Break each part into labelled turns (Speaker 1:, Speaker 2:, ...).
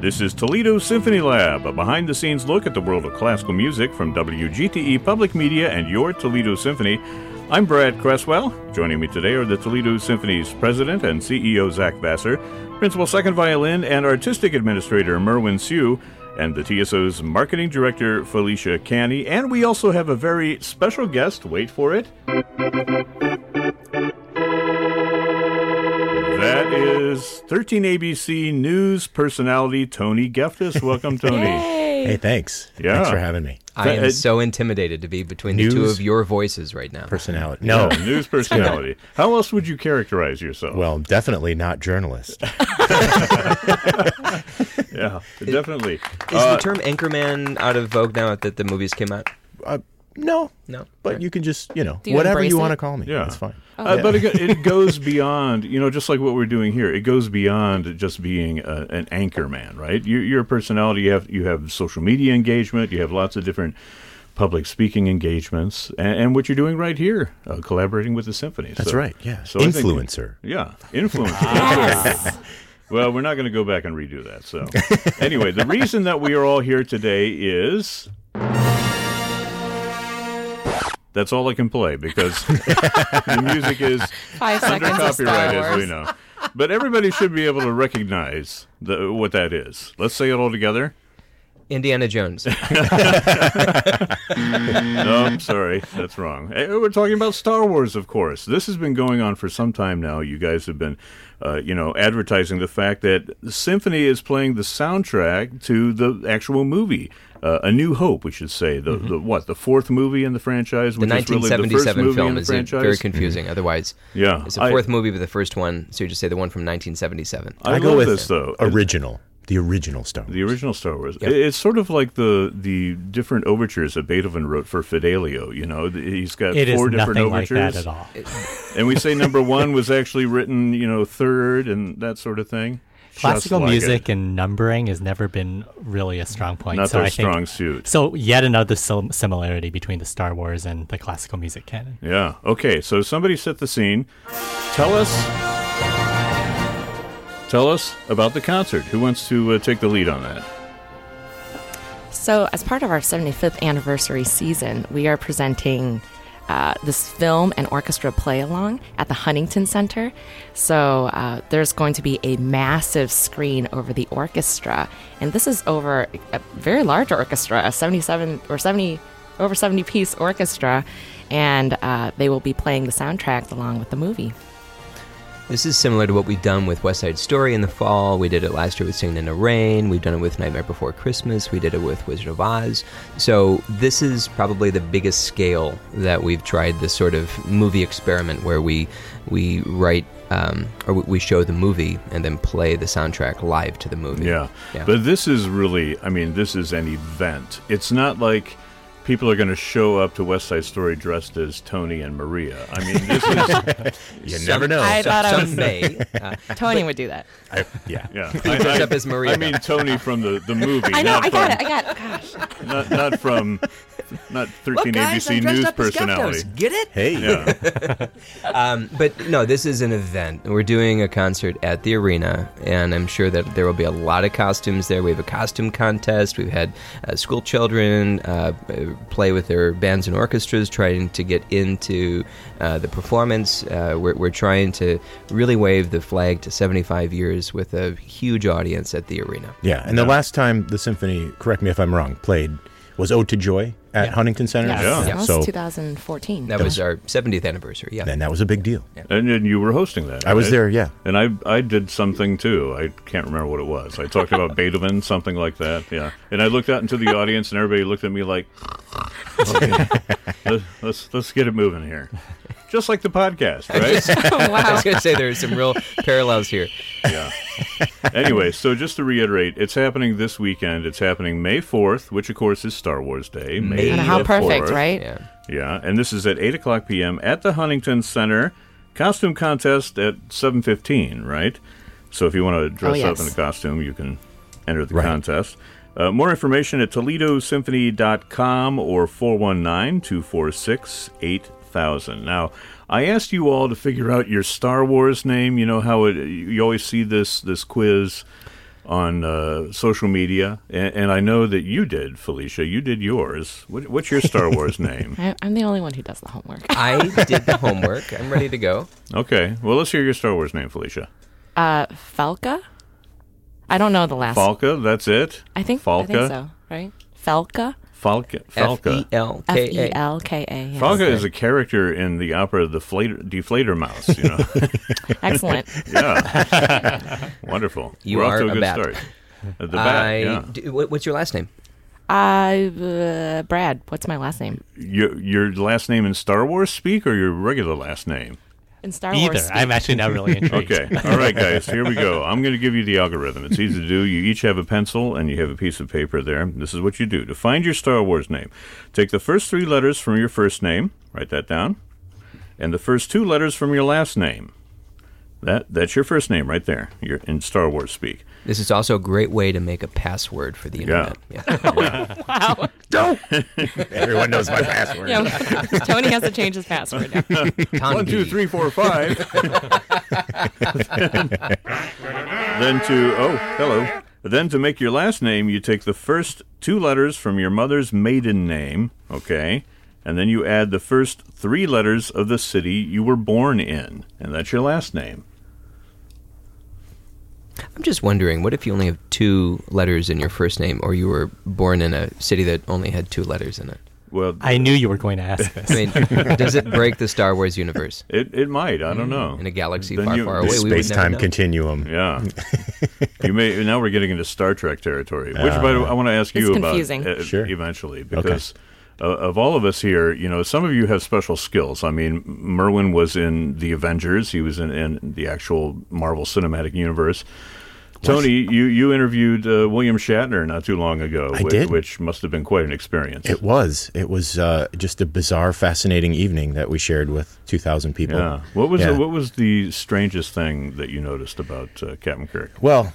Speaker 1: This is Toledo Symphony Lab, a behind the scenes look at the world of classical music from WGTE E Public Media and your Toledo Symphony. I'm Brad Cresswell. Joining me today are the Toledo Symphony's president and CEO Zach Vassar, principal second violin and artistic administrator Merwin Sue, and the TSO's marketing director Felicia Canny. And we also have a very special guest. Wait for it. That is 13ABC News personality Tony Geftis. Welcome, Tony.
Speaker 2: Hey, thanks.
Speaker 1: Yeah.
Speaker 2: Thanks for having me.
Speaker 3: I
Speaker 1: Uh,
Speaker 3: am so intimidated to be between the two
Speaker 2: news-
Speaker 3: of your voices right now.
Speaker 2: Personality. No.
Speaker 1: Yeah, Oh, news personality. How else would you characterize yourself?
Speaker 2: Well, definitely not journalist.
Speaker 1: yeah, definitely. Uh,
Speaker 3: Is the term anchorman out of vogue now that the movies came out?
Speaker 2: Uh, no.
Speaker 3: No.
Speaker 2: But you can just, you know,
Speaker 4: Do you
Speaker 2: whatever
Speaker 4: embrace
Speaker 2: you
Speaker 4: it?
Speaker 2: want to call me.
Speaker 1: Yeah.
Speaker 2: That's fine.
Speaker 1: Uh, But it, go- it goes beyond, you know, just like what we're doing here. It goes beyond just being a, an anchor man, right? You, you're a personality. You have you have social media engagement. You have lots of different public speaking engagements, and, and what you're doing right here, uh, collaborating with the symphony.
Speaker 2: That's
Speaker 1: So-
Speaker 2: right. Yeah.
Speaker 1: so I think-
Speaker 2: Influencer.
Speaker 1: yeah, influencer. That's right. Well, we're not going to go back and redo that. So, anyway, the reason that we are all here today is. That's all I can play because the music is
Speaker 4: Five
Speaker 1: under
Speaker 4: seconds of
Speaker 1: copyright,
Speaker 4: Star
Speaker 1: as we
Speaker 4: Wars.
Speaker 1: know. But everybody should be able to recognize the, what that is. Let's say it all together.
Speaker 3: Indiana Jones.
Speaker 1: No, I'm sorry, that's wrong. Eh, We're talking about Star Wars, of course. This has been going on for some time now. You guys have been, uh, you know, advertising the fact that Symphony is playing the soundtrack to the actual movie, uh, A New Hope. We should say the, the what the fourth movie in the franchise,
Speaker 3: The
Speaker 1: which is really the first
Speaker 3: 1977
Speaker 1: movie in
Speaker 3: film
Speaker 1: the
Speaker 3: is uh, very
Speaker 1: franchise.
Speaker 3: confusing. Otherwise,
Speaker 1: Yeah,
Speaker 3: it's the
Speaker 1: I-
Speaker 3: fourth movie, but the first one. So you just say the one from 1977.
Speaker 1: I,
Speaker 2: go
Speaker 1: love
Speaker 2: with
Speaker 1: this though.
Speaker 2: Original. The original Star Wars.
Speaker 1: The original Star Wars. It- It's sort of like the the different overtures that Beethoven wrote for Fidelio. You know, Th- he's got
Speaker 5: It is
Speaker 1: four different
Speaker 5: nothing like
Speaker 1: overtures,
Speaker 5: that at all.
Speaker 1: and we say number one was actually written, you know, third and that sort of thing. Just
Speaker 5: Classical
Speaker 1: like
Speaker 5: music
Speaker 1: it.
Speaker 5: and numbering has never been really a strong point.
Speaker 1: not
Speaker 5: so
Speaker 1: their
Speaker 5: I think,
Speaker 1: strong suit.
Speaker 5: So yet another sim- similarity between the Star Wars and the classical music canon.
Speaker 1: Yeah. Okay. So somebody set the scene. Tell us. Tell us about the concert. Who wants to uh, take the lead on that?
Speaker 4: So, as part of our 75th anniversary season, we are presenting uh, this film and orchestra play along at the Huntington Center. So, uh, there's going to be a massive screen over the orchestra, and this is over a very large orchestra, a 77 or 70 over 70 piece orchestra, and uh, they will be playing the soundtrack along with the movie.
Speaker 3: This is similar to what we've done with West Side Story in the fall. We did it last year with Singing in the Rain. We've done it with Nightmare Before Christmas. We did it with Wizard of Oz. So this is probably the biggest scale that we've tried this sort of movie experiment where we we write um, or we- we show the movie and then play the soundtrack live to the movie.
Speaker 1: Yeah. But this is really, I mean, this is an event. It's not like people are going to show up to West Side Story dressed as Tony and Maria. I mean, this is,
Speaker 2: You never know.
Speaker 4: I thought I
Speaker 3: some
Speaker 4: was-
Speaker 3: may. Uh,
Speaker 4: Tony would do that.
Speaker 2: I- yeah.
Speaker 1: yeah.
Speaker 3: dressed up as Maria.
Speaker 1: I mean, Tony from the, the movie.
Speaker 4: I know,
Speaker 1: not
Speaker 4: I
Speaker 1: from,
Speaker 4: got it, I got it. Gosh.
Speaker 1: Not, not from, not 13 ABC News personality.
Speaker 3: Get it?
Speaker 2: Hey.
Speaker 1: Yeah.
Speaker 3: But no, this is an event. We're doing a concert at the arena, and I'm sure that there will be a lot of costumes there. We have a costume contest. We've had uh, school children uh, play with their bands and orchestras, trying to get into uh, the performance. Uh, we're, we're trying to really wave the flag to 75 years with a huge audience at the arena.
Speaker 2: Yeah. And the last time the symphony, correct me if I'm wrong, played was Ode to Joy at Huntington Center.
Speaker 5: Yes.
Speaker 1: Yeah.
Speaker 4: That was
Speaker 2: So,
Speaker 4: 2014.
Speaker 3: That was our 70th anniversary. Yeah.
Speaker 2: and that was a big deal.
Speaker 1: And, and you were hosting that.
Speaker 2: I was
Speaker 1: right?
Speaker 2: there, yeah.
Speaker 1: And I I did something too. I can't remember what it was. I talked about Beethoven, something like that. Yeah. And I looked out into the audience, and everybody looked at me like, okay, let's, let's let's get it moving here, just like the podcast, right?
Speaker 3: I was going to say there's some real parallels here.
Speaker 1: yeah. Anyway, so just to reiterate, it's happening this weekend. It's happening May fourth, which of course is Star Wars Day. May
Speaker 4: And how
Speaker 1: the
Speaker 4: perfect,
Speaker 1: 4th.
Speaker 4: right?
Speaker 3: Yeah.
Speaker 1: Yeah, and this is at eight o'clock p.m. at the Huntington Center. Costume contest at seven fifteen, right? So if you want to dress
Speaker 4: Oh,
Speaker 1: up in a
Speaker 4: yes.
Speaker 1: costume, you can enter the
Speaker 2: Right.
Speaker 1: contest. Uh, more information at ToledoSymphony.com or 419 246 8000. Now, I asked you all to figure out your Star Wars name. You know how it, you always see this this quiz on uh, social media, and, and I know that you did, Felicia. You did yours. What, what's your Star Wars name?
Speaker 4: I, I'm the only one who does the homework.
Speaker 3: I did the homework. I'm ready to go.
Speaker 1: Okay, well, let's hear your Star Wars name, Felicia.
Speaker 4: Uh, Falca? I don't know the last.
Speaker 1: Falca, that's it.
Speaker 4: I think
Speaker 1: Falca.
Speaker 4: I think so, right? Falca?
Speaker 1: Falca.
Speaker 3: F
Speaker 1: Falca.
Speaker 3: E L
Speaker 4: F
Speaker 3: K
Speaker 4: E
Speaker 3: A.
Speaker 4: L K A. yes.
Speaker 1: Falca is a character in the opera The Flater, Deflator Mouse. You know,
Speaker 4: Excellent.
Speaker 1: yeah, wonderful.
Speaker 3: You
Speaker 1: We're off
Speaker 3: are
Speaker 1: to a
Speaker 3: a
Speaker 1: good
Speaker 3: bat.
Speaker 1: start. Uh, The bat.
Speaker 3: I.
Speaker 1: yeah.
Speaker 3: d- what- What's your last name?
Speaker 4: I, uh, Brad, what's my last name?
Speaker 1: Your your last name in Star Wars speak or your regular last name?
Speaker 4: In Star
Speaker 5: Either.
Speaker 4: Wars.
Speaker 5: I'm actually now really intrigued.
Speaker 1: Okay. All right, guys. Here we go. I'm going to give you the algorithm. It's easy to do. You each have a pencil and you have a piece of paper there. This is what you do to find your Star Wars name. Take the first three letters from your first name. Write that down, and the first two letters from your last name. That that's your first name right there. You're in Star Wars speak.
Speaker 3: This is also a great way to make a password for the internet. Yeah.
Speaker 2: Everyone knows my password.
Speaker 4: Yeah, Tony has to change his password. now.
Speaker 3: Tom
Speaker 1: One, two,
Speaker 3: D.
Speaker 1: three, four, five. then, to oh, hello. Then to make your last name, you take the first two letters from your mother's maiden name, okay, and then you add the first three letters of the city you were born in, and that's your last name.
Speaker 3: I'm just wondering, what if you only have two letters in your first name, or you were born in a city that only had two letters in it?
Speaker 1: Well,
Speaker 5: I knew you were going to ask
Speaker 3: I
Speaker 5: this.
Speaker 3: mean, does it break the Star Wars universe
Speaker 1: it it might. I don't know.
Speaker 3: in a galaxy
Speaker 1: Then
Speaker 3: far,
Speaker 1: you-
Speaker 3: far
Speaker 2: The
Speaker 3: away? We would
Speaker 2: space
Speaker 3: never
Speaker 2: time
Speaker 3: know.
Speaker 2: continuum.
Speaker 1: Yeah, you may now we're getting into Star Trek territory, which by the way, I want to ask you
Speaker 4: It's
Speaker 1: about
Speaker 4: confusing.
Speaker 1: uh,
Speaker 2: Sure.
Speaker 1: eventually because uh, of all of us here, you know, some of you have special skills. I mean, Merwin was in the Avengers; he was in, in the actual Marvel Cinematic Universe. Tony, you you interviewed uh, William Shatner not too long ago,
Speaker 2: I
Speaker 1: whi-
Speaker 2: did.
Speaker 1: which must have been quite an experience.
Speaker 2: It was. It was uh, just a bizarre, fascinating evening that we shared with 2,000 people.
Speaker 1: yeah. What was
Speaker 2: Yeah.
Speaker 1: The, what was the strangest thing that you noticed about uh, Captain Kirk?
Speaker 2: Well,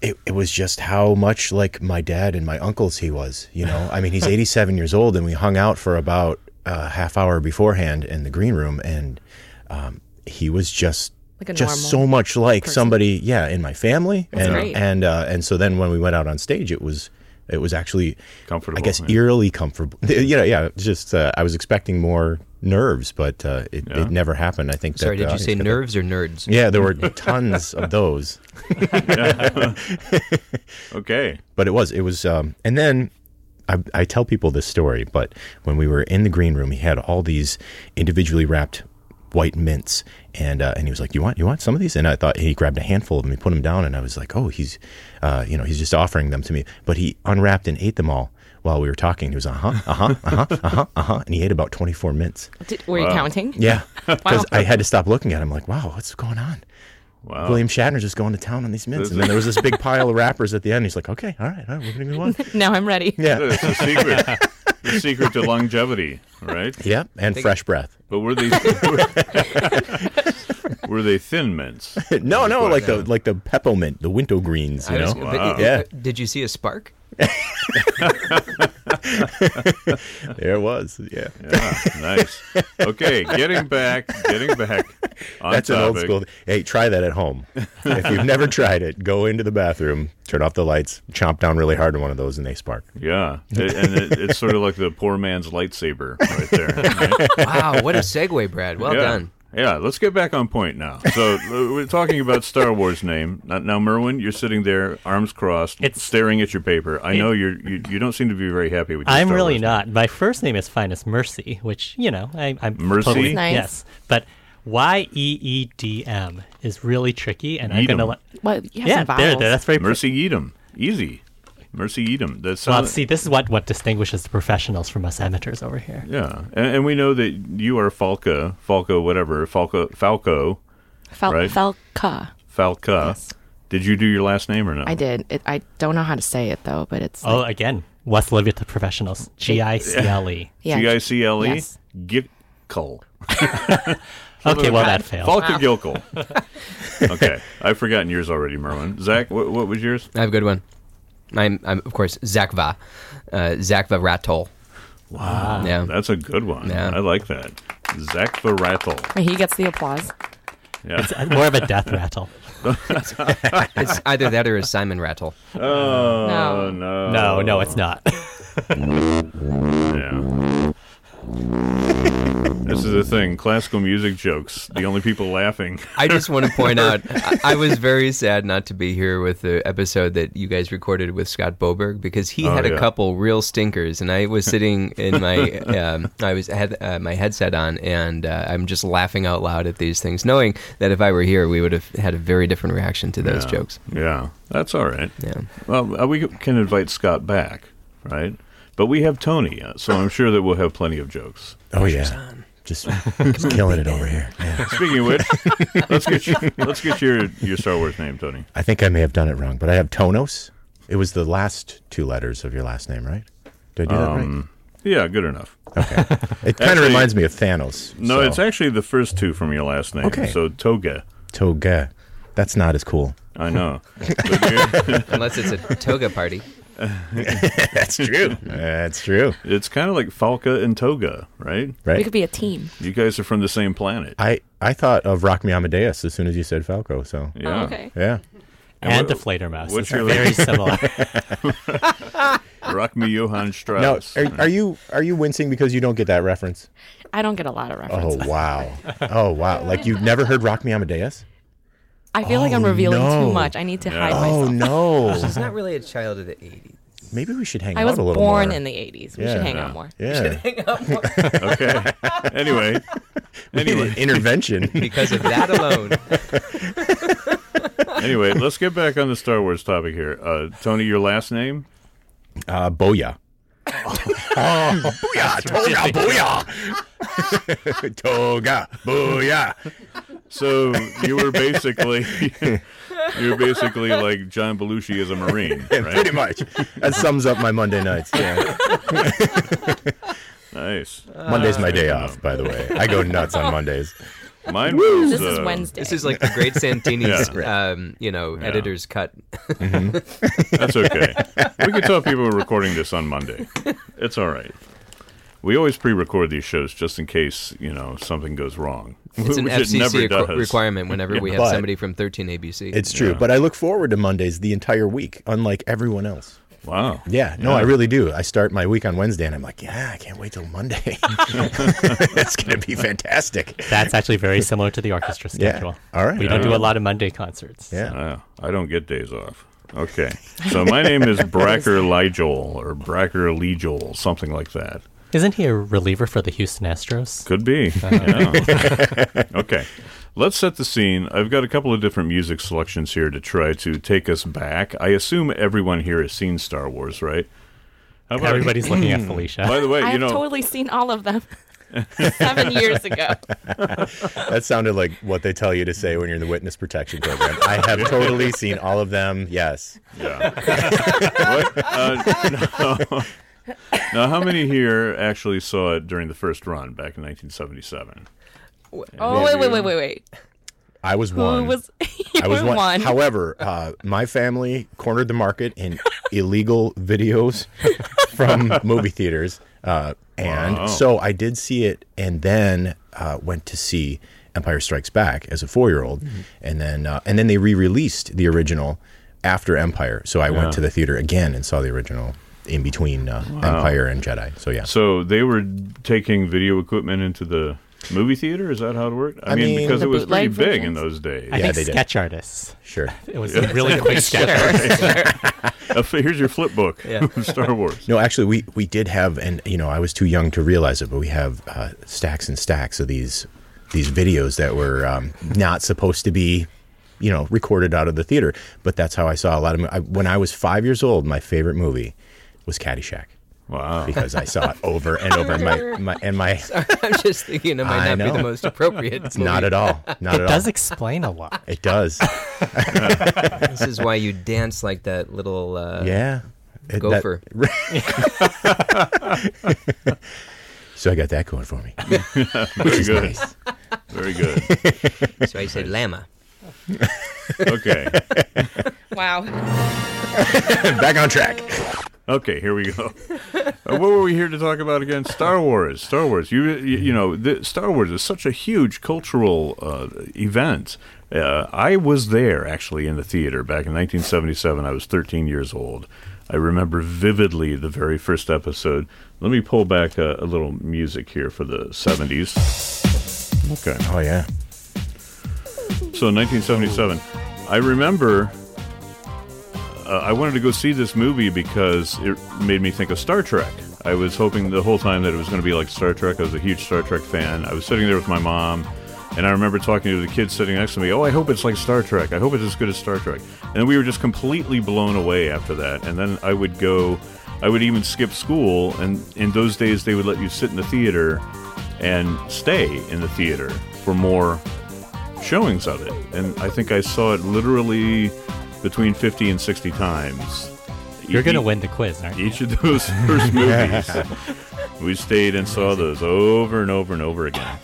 Speaker 2: it, it was just how much like my dad and my uncles he was. You know, I mean, he's 87 years old, and we hung out for about a half hour beforehand in the green room, and um, he was just.
Speaker 4: Like a
Speaker 2: just so
Speaker 4: normal
Speaker 2: much like
Speaker 4: person.
Speaker 2: somebody, yeah, in my family, and
Speaker 4: great.
Speaker 2: and uh, and so then when we went out on stage, it was it was actually
Speaker 1: Comfortable,
Speaker 2: I guess
Speaker 1: yeah.
Speaker 2: eerily comfortable. You know, yeah, it's just uh, I was expecting more nerves, but uh, it, it never happened. I think.
Speaker 3: Sorry,
Speaker 2: that,
Speaker 3: did
Speaker 2: the
Speaker 3: you say
Speaker 2: audience got that.
Speaker 3: nerves or nerds?
Speaker 2: Yeah, there were tons of those.
Speaker 1: Okay,
Speaker 2: but it was it was um, and then I, I tell people this story but when we were in the green room he had all these individually wrapped white mints and uh, and he was like you want you want some of these and I thought he grabbed a handful of them he put them down and I was like oh he's uh, you know he's just offering them to me but he unwrapped and ate them all while we were talking he was uh-huh uh-huh uh-huh uh-huh uh-huh and he ate about 24 mints
Speaker 4: Did, were you counting?
Speaker 2: yeah because
Speaker 4: Wow.
Speaker 2: I had to stop looking at him like wow what's going on
Speaker 1: wow.
Speaker 2: William Shatner's just going to town on these mints and then there was this big pile of wrappers at the end he's like okay all right all right we're gonna go on
Speaker 4: Now I'm ready.
Speaker 2: yeah
Speaker 1: It's the secret. the secret to longevity, right?
Speaker 2: Yep, and fresh breath.
Speaker 1: But were these were, were they thin mints?
Speaker 2: No, no, like the like the peppermint, the winter greens, you
Speaker 3: I
Speaker 2: know.
Speaker 3: was- but it-
Speaker 1: Wow.
Speaker 2: Yeah.
Speaker 3: Did you see a spark?
Speaker 2: there it was. Yeah,
Speaker 1: Yeah, nice. Okay, getting back, getting back on
Speaker 2: that's an old
Speaker 1: topic.
Speaker 2: school. Hey, try that at home. if you've never tried it, go into the bathroom, turn off the lights, chomp down really hard on one of those, and they spark.
Speaker 1: Yeah, it- and it, it's sort of like the poor man's lightsaber right there.
Speaker 3: Wow, what a segue, Brad. Well
Speaker 1: yeah.
Speaker 3: done.
Speaker 1: Yeah, let's get back on point now. So uh, we're talking about Star Wars name. Now, now, Merwin, you're sitting there, arms crossed,
Speaker 5: It's-
Speaker 1: staring at your paper. I know you're, you you don't seem to be very happy with. Your
Speaker 5: I'm
Speaker 1: Star
Speaker 5: really
Speaker 1: Wars name.
Speaker 5: not. My first name is Finest Mercy, which you know I, I'm
Speaker 1: Mercy?
Speaker 5: Totally,
Speaker 4: Nice.
Speaker 5: Yes, but Y E E D M is really tricky, and I'm
Speaker 1: Yeedem.
Speaker 5: gonna let.
Speaker 4: Well, you have
Speaker 5: Yeah,
Speaker 4: some
Speaker 5: there,
Speaker 4: vowels.
Speaker 5: there, that's very
Speaker 1: Mercy Edom, easy. Mercy Edom. That
Speaker 5: Well,
Speaker 1: sounds
Speaker 4: e-
Speaker 5: see, this is what, what distinguishes the professionals from us amateurs over here.
Speaker 1: Yeah, and, and we know that you are Falca, Falco, whatever, Falco, Falco,
Speaker 4: Fel-
Speaker 1: right?
Speaker 4: Felca.
Speaker 1: Falca.
Speaker 4: Yes.
Speaker 1: Did you do your last name or no?
Speaker 4: I did. It, I don't know how to say it though, but it's
Speaker 5: Oh, again, West Olivia to professionals. G I C L E.
Speaker 4: yeah.
Speaker 1: G I C L E.
Speaker 4: Yes.
Speaker 1: Gickle.
Speaker 5: Okay, well that failed.
Speaker 1: Falca Gilkel. okay, I've forgotten yours already, Merwin. Zach, what, what was yours?
Speaker 3: I have a good one. I'm, I'm of course, Zach Va. Uh, Zach Va Ratol.
Speaker 1: Oh,
Speaker 3: Wow. Yeah.
Speaker 1: That's a good one.
Speaker 3: Yeah.
Speaker 1: I like that. Zach Barattle.
Speaker 4: He gets the applause.
Speaker 1: Yeah.
Speaker 5: It's more of a death rattle.
Speaker 3: It's either that or a Simon Rattle.
Speaker 1: Oh
Speaker 4: No.
Speaker 1: no.
Speaker 5: No, no, it's not.
Speaker 1: Yeah. this is the thing. Classical music jokes. The only people laughing.
Speaker 3: I just want to point out, I, I was very sad not to be here with the episode that you guys recorded with Scott Boberg because he
Speaker 1: Oh,
Speaker 3: had a
Speaker 1: yeah.
Speaker 3: couple real stinkers, and I was sitting in my, um, I was I had uh, my headset on, and uh, I'm just laughing out loud at these things, knowing that if I were here, we would have had a very different reaction to those
Speaker 1: Yeah.
Speaker 3: jokes.
Speaker 1: Yeah, that's all right.
Speaker 3: Yeah.
Speaker 1: Well, uh, we can invite Scott back, right? But we have Tony, uh, so I'm sure that we'll have plenty of jokes.
Speaker 2: Oh yeah, just killing it over here. Yeah.
Speaker 1: Speaking of which, let's get your, let's get your your Star Wars name, Tony.
Speaker 2: I think I may have done it wrong, but I have Tonos. It was the last two letters of your last name, right? Did I do
Speaker 1: Um, yeah, good enough.
Speaker 2: that right? It kind of
Speaker 1: actually-
Speaker 2: reminds me of Thanos.
Speaker 1: No,
Speaker 2: so-
Speaker 1: it's actually the first two from your last name.
Speaker 2: Okay.
Speaker 1: So Toga,
Speaker 2: Toga. That's not as cool.
Speaker 1: I know. But you're-
Speaker 3: Unless it's a toga party.
Speaker 2: That's true. That's true.
Speaker 1: it's kind of like Falca and Toga, right?
Speaker 2: Right.
Speaker 4: We could be a team.
Speaker 1: You guys are from the same planet.
Speaker 2: I I thought of Rock Me Amadeus as soon as you said Falco. So
Speaker 1: Yeah.
Speaker 4: Oh, okay.
Speaker 2: yeah,
Speaker 5: and
Speaker 1: what-
Speaker 5: Deflator Mouse.
Speaker 1: what's
Speaker 5: It's
Speaker 1: your-
Speaker 5: very similar.
Speaker 1: Rock me, Johann
Speaker 2: no,
Speaker 1: Strauss.
Speaker 2: are, are you are you wincing because you don't get that reference?
Speaker 4: I don't get a lot of references.
Speaker 2: Oh wow, oh wow! Like you've never heard Rock Me Amadeus?
Speaker 4: I feel like I'm revealing
Speaker 2: Oh, no.
Speaker 4: too much. I need to
Speaker 1: Yeah.
Speaker 4: hide
Speaker 2: Oh
Speaker 4: myself.
Speaker 2: no!
Speaker 3: It's not really a child of the 80s.
Speaker 2: Maybe we should hang
Speaker 4: I
Speaker 2: out
Speaker 4: was
Speaker 2: a little
Speaker 4: born
Speaker 2: more.
Speaker 4: in the 80s. We
Speaker 2: Yeah.
Speaker 4: should hang
Speaker 1: Yeah.
Speaker 4: out more.
Speaker 2: yeah.
Speaker 1: okay. Anyway. Anyway.
Speaker 2: intervention.
Speaker 3: Because of that alone,
Speaker 1: anyway, let's get back on the Star Wars topic here. Uh, Tony, your last name?
Speaker 2: uh, Boya. oh, booyah, toga, booyah, toga, booyah.
Speaker 1: So you were basically you were basically like John Belushi as a Marine,
Speaker 2: Pretty
Speaker 1: right?
Speaker 2: much. That sums up my Monday nights. Yeah.
Speaker 1: Nice.
Speaker 2: Monday's my day off, by the way. I go nuts on Mondays.
Speaker 1: Mine was
Speaker 4: This is
Speaker 1: uh,
Speaker 4: Wednesday.
Speaker 3: this is like the great Santini's,
Speaker 2: Yeah.
Speaker 3: um, you know, editor's cut.
Speaker 1: That's okay. We can tell people we're recording this on Monday. It's all right. We always pre-record these shows just in case you know something goes wrong.
Speaker 3: It's an
Speaker 1: which it never
Speaker 3: FCC requ-
Speaker 1: does.
Speaker 3: requirement whenever we have
Speaker 2: But-
Speaker 3: somebody from 13 ABC.
Speaker 2: It's true, but I look forward to Mondays the entire week, unlike everyone else.
Speaker 1: Wow.
Speaker 2: Yeah, no, I really do. I start my week on Wednesday and I'm like, yeah, I can't wait till Monday. That's going to be fantastic.
Speaker 5: That's actually very similar to the orchestra
Speaker 2: Yeah.
Speaker 5: schedule.
Speaker 2: All right.
Speaker 5: We don't do a lot of Monday concerts.
Speaker 2: Yeah.
Speaker 1: Wow. I don't get days off. Okay. So my name is Bracker Ligel or Bracker Legel, something like that.
Speaker 5: Isn't he a reliever for the Houston Astros?
Speaker 1: Could be. Yeah. okay. Let's set the scene. I've got a couple of different music selections here to try to take us back. I assume everyone here has seen Star Wars, right? How about
Speaker 5: Everybody's looking at
Speaker 1: By
Speaker 5: Felicia.
Speaker 1: the way,
Speaker 4: I
Speaker 1: uh, you
Speaker 4: have
Speaker 1: know,
Speaker 4: totally seen all of them seven years ago.
Speaker 2: That sounded like what they tell you to say when you're in the witness protection program. I have totally seen all of them. Yes.
Speaker 1: Yeah. What? Uh, no. Now, how many here actually saw it during the first run back in 1977?
Speaker 4: Oh, wait, wait, wait, wait, wait.
Speaker 2: I was
Speaker 4: Who
Speaker 2: one.
Speaker 4: was, you
Speaker 2: I was
Speaker 4: were
Speaker 2: one.
Speaker 4: one.
Speaker 2: However, uh, my family cornered the market in illegal videos from movie theaters, uh, and
Speaker 1: Wow.
Speaker 2: so I did see it, and then uh, went to see Empire Strikes Back as a four-year-old, and then uh, and then they re-released the original after Empire, so I went to the theater again and saw the original in between uh, Empire and Jedi. So yeah,
Speaker 1: So they were taking video equipment into the movie theater? Is that how it worked? I,
Speaker 2: I
Speaker 1: mean,
Speaker 2: mean-
Speaker 1: because it
Speaker 4: The
Speaker 1: was pretty
Speaker 4: bootleg
Speaker 1: big in those
Speaker 4: versions?
Speaker 1: days.
Speaker 5: I
Speaker 2: Yeah, they
Speaker 5: think
Speaker 2: did.
Speaker 5: sketch artists.
Speaker 2: sure.
Speaker 5: It was a really quick sketch.
Speaker 1: Uh, here's your flip book
Speaker 3: Yeah.
Speaker 1: of Star Wars.
Speaker 2: No, actually, we we did have, and you know, I was too young to realize it, but we have uh, stacks and stacks of these these videos that were um, not supposed to be, you know, recorded out of the theater. But that's how I saw a lot of. mo- I, when I was five years old, my favorite movie was Caddyshack
Speaker 5: Oh.
Speaker 1: Wow.
Speaker 2: because I saw it over and over. And my, my and my
Speaker 3: I'm just thinking it might
Speaker 2: I
Speaker 3: not be
Speaker 2: know.
Speaker 3: the most appropriate. It's
Speaker 2: not at all, not at
Speaker 5: It
Speaker 2: all.
Speaker 5: does explain a lot.
Speaker 2: It does.
Speaker 3: This is why you dance like that little uh,
Speaker 2: Yeah. It- that-
Speaker 3: gopher.
Speaker 2: so I got that going for me.
Speaker 1: Very good.
Speaker 2: Nice.
Speaker 1: Very good.
Speaker 3: so I said llama.
Speaker 1: Okay.
Speaker 4: Wow.
Speaker 2: Back on track.
Speaker 1: Okay, here we go. Uh, what were we here to talk about again? Star Wars. Star Wars. You you, you know, the, Star Wars is such a huge cultural uh, event. Uh, I was there actually in the theater back in 1977. I was 13 years old. I remember vividly the very first episode. Let me pull back a, a little music here for the 70s. Okay.
Speaker 2: Oh yeah.
Speaker 1: So in 1977, I remember uh, I wanted to go see this movie because it made me think of Star Trek. I was hoping the whole time that it was going to be like Star Trek. I was a huge Star Trek fan. I was sitting there with my mom, and I remember talking to the kid sitting next to me. Oh, I hope it's like Star Trek. I hope it's as good as Star Trek. And we were just completely blown away after that. And then I would go, I would even skip school. And in those days, they would let you sit in the theater and stay in the theater for more showings of it. And I think I saw it literally between 50 and 60 times.
Speaker 5: You're going to
Speaker 1: E-
Speaker 5: win the quiz, aren't you?
Speaker 1: Each of those first movies, we stayed and saw those over and over and over again.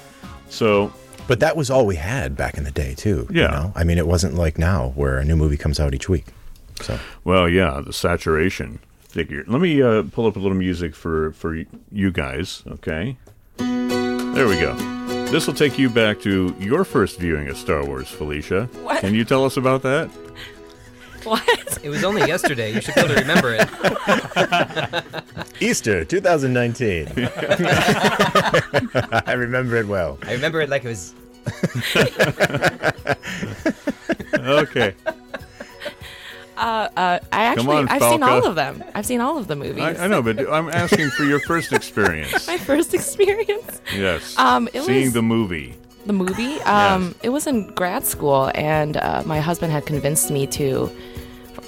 Speaker 1: So,
Speaker 2: But that was all we had back in the day too.
Speaker 1: Yeah.
Speaker 2: You know? I mean, it wasn't like now where a new movie comes out each week. So
Speaker 1: well, yeah, the saturation figure. Let me uh, pull up a little music for for y- you guys, okay? There we go. This will take you back to your first viewing of Star Wars, Felicia.
Speaker 4: What?
Speaker 1: Can you tell us about that?
Speaker 4: What?
Speaker 3: It was only yesterday. You should be able to remember it.
Speaker 2: Easter 2019. I remember it well.
Speaker 3: I remember it like it was.
Speaker 1: Okay.
Speaker 4: Uh, I
Speaker 1: Come
Speaker 4: actually
Speaker 1: on,
Speaker 4: I've seen
Speaker 1: Falco.
Speaker 4: all of them. I've seen all of the movies.
Speaker 1: I, I know, but I'm asking for your first experience.
Speaker 4: My first experience.
Speaker 1: Yes.
Speaker 4: Um, it
Speaker 1: Seeing
Speaker 4: was-
Speaker 1: the movie.
Speaker 4: the movie. Um, It was in grad school, and uh, my husband had convinced me to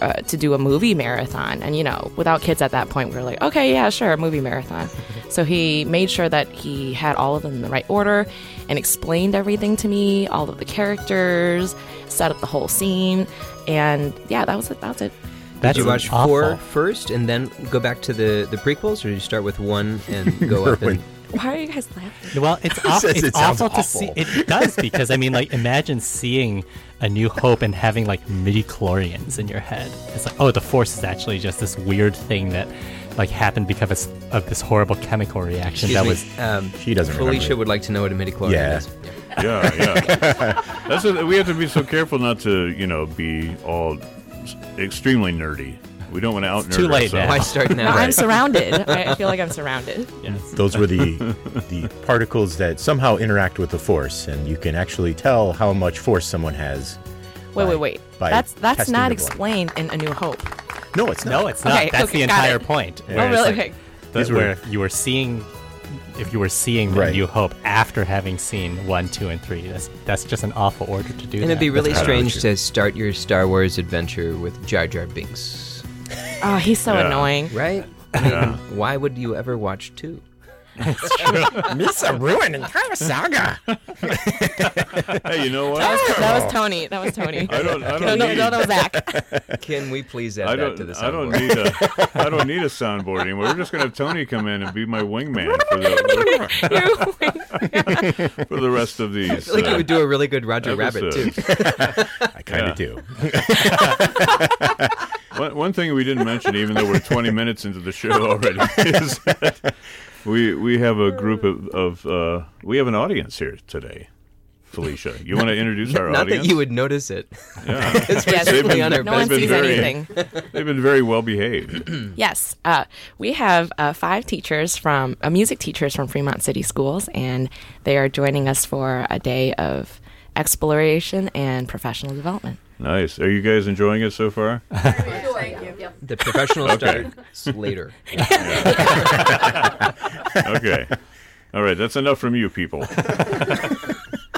Speaker 4: uh, to do a movie marathon. And you know, without kids at that point, we were like, okay, yeah, sure, a movie marathon. so he made sure that he had all of them in the right order and explained everything to me, all of the characters, set up the whole scene, and yeah, that was it. That was it.
Speaker 5: That's
Speaker 3: Did you watch
Speaker 5: awful.
Speaker 3: four first and then go back to the, the prequels, or did you start with one and go up? And,
Speaker 4: Why are you guys laughing?
Speaker 5: Well, it's, awful.
Speaker 2: says
Speaker 5: it's
Speaker 2: it sounds
Speaker 5: awful to see.
Speaker 2: awful.
Speaker 5: It does because I mean, like, imagine seeing A New Hope and having like midi chlorians in your head. It's like, oh, the Force is actually just this weird thing that like happened because of, s- of this horrible chemical reaction
Speaker 3: excuse
Speaker 5: that
Speaker 3: me,
Speaker 5: was.
Speaker 3: um,
Speaker 2: She doesn't remember
Speaker 3: Felicia
Speaker 2: it.
Speaker 3: would like to know what a midi chlorian
Speaker 2: Yeah.
Speaker 3: is.
Speaker 1: Yeah, yeah. That's what, we have to be so careful not to, you know, be all s- extremely nerdy. We don't want to out nerd
Speaker 5: too
Speaker 1: ourselves.
Speaker 5: late now.
Speaker 3: Why start now?
Speaker 4: I'm surrounded. I I feel like I'm surrounded.
Speaker 5: Yes.
Speaker 2: Those were the the particles that somehow interact with the force, and you can actually tell how much force someone has.
Speaker 4: Wait,
Speaker 2: by-
Speaker 4: wait, wait.
Speaker 2: by
Speaker 4: That's that's
Speaker 2: testing
Speaker 4: not
Speaker 2: your blood.
Speaker 4: explained in A New Hope.
Speaker 2: No, it's not.
Speaker 5: No, it's not.
Speaker 4: Okay,
Speaker 5: That's
Speaker 4: okay,
Speaker 5: the
Speaker 4: got
Speaker 5: entire
Speaker 4: it.
Speaker 5: point.
Speaker 2: Oh,
Speaker 5: where
Speaker 4: Oh,
Speaker 5: it's
Speaker 4: really?
Speaker 5: like-
Speaker 4: Okay.
Speaker 5: That's
Speaker 2: These were-
Speaker 5: where you were seeing, if you were seeing the
Speaker 2: Right.
Speaker 5: New Hope after having seen one, two, and three, that's that's just an awful order to do.
Speaker 3: And it'd be
Speaker 5: that.
Speaker 3: really
Speaker 2: That's
Speaker 3: strange
Speaker 2: true.
Speaker 3: to start your Star Wars adventure with Jar Jar Binks,
Speaker 4: Oh, he's so
Speaker 1: Yeah.
Speaker 4: annoying.
Speaker 3: right? I mean, why would you ever watch two?
Speaker 2: Misa ruined entire saga.
Speaker 1: Hey, you know what?
Speaker 4: That was Tony. That was Tony.
Speaker 1: I don't. I
Speaker 4: no,
Speaker 1: don't
Speaker 4: no,
Speaker 1: need.
Speaker 4: no, that was Zach.
Speaker 3: Can we please add
Speaker 1: I
Speaker 3: that to the
Speaker 1: don't. I don't
Speaker 3: soundboard?
Speaker 1: need a. I don't need a soundboard anymore. We're just gonna have Tony come in and be my wingman for the for the rest of these.
Speaker 3: I feel like
Speaker 1: uh,
Speaker 3: you would do a really good Roger Rabbit
Speaker 1: episode.
Speaker 3: too.
Speaker 2: I kind
Speaker 1: Yeah.
Speaker 2: of do.
Speaker 1: One, one thing we didn't mention, even though we're 20 minutes into the show already, is that we we have a group of, of uh, we have an audience here today. Felicia, you want to introduce our
Speaker 3: Not
Speaker 1: audience?
Speaker 3: that you would notitice it.
Speaker 1: Yeah.
Speaker 3: It's
Speaker 4: Yes.
Speaker 3: certainly on our
Speaker 1: They've
Speaker 4: no one
Speaker 3: best
Speaker 4: sees
Speaker 1: very-
Speaker 4: anything.
Speaker 1: They've been very well behaved.
Speaker 4: Yes, uh, we have uh, five teachers from uh, music teachers from Fremont City Schools, and they are joining us for a day of exploration and professional development.
Speaker 1: Nice. Are you guys enjoying it so far?
Speaker 3: The professional
Speaker 1: Okay.
Speaker 3: starts later.
Speaker 1: Okay. All right, that's enough from you people.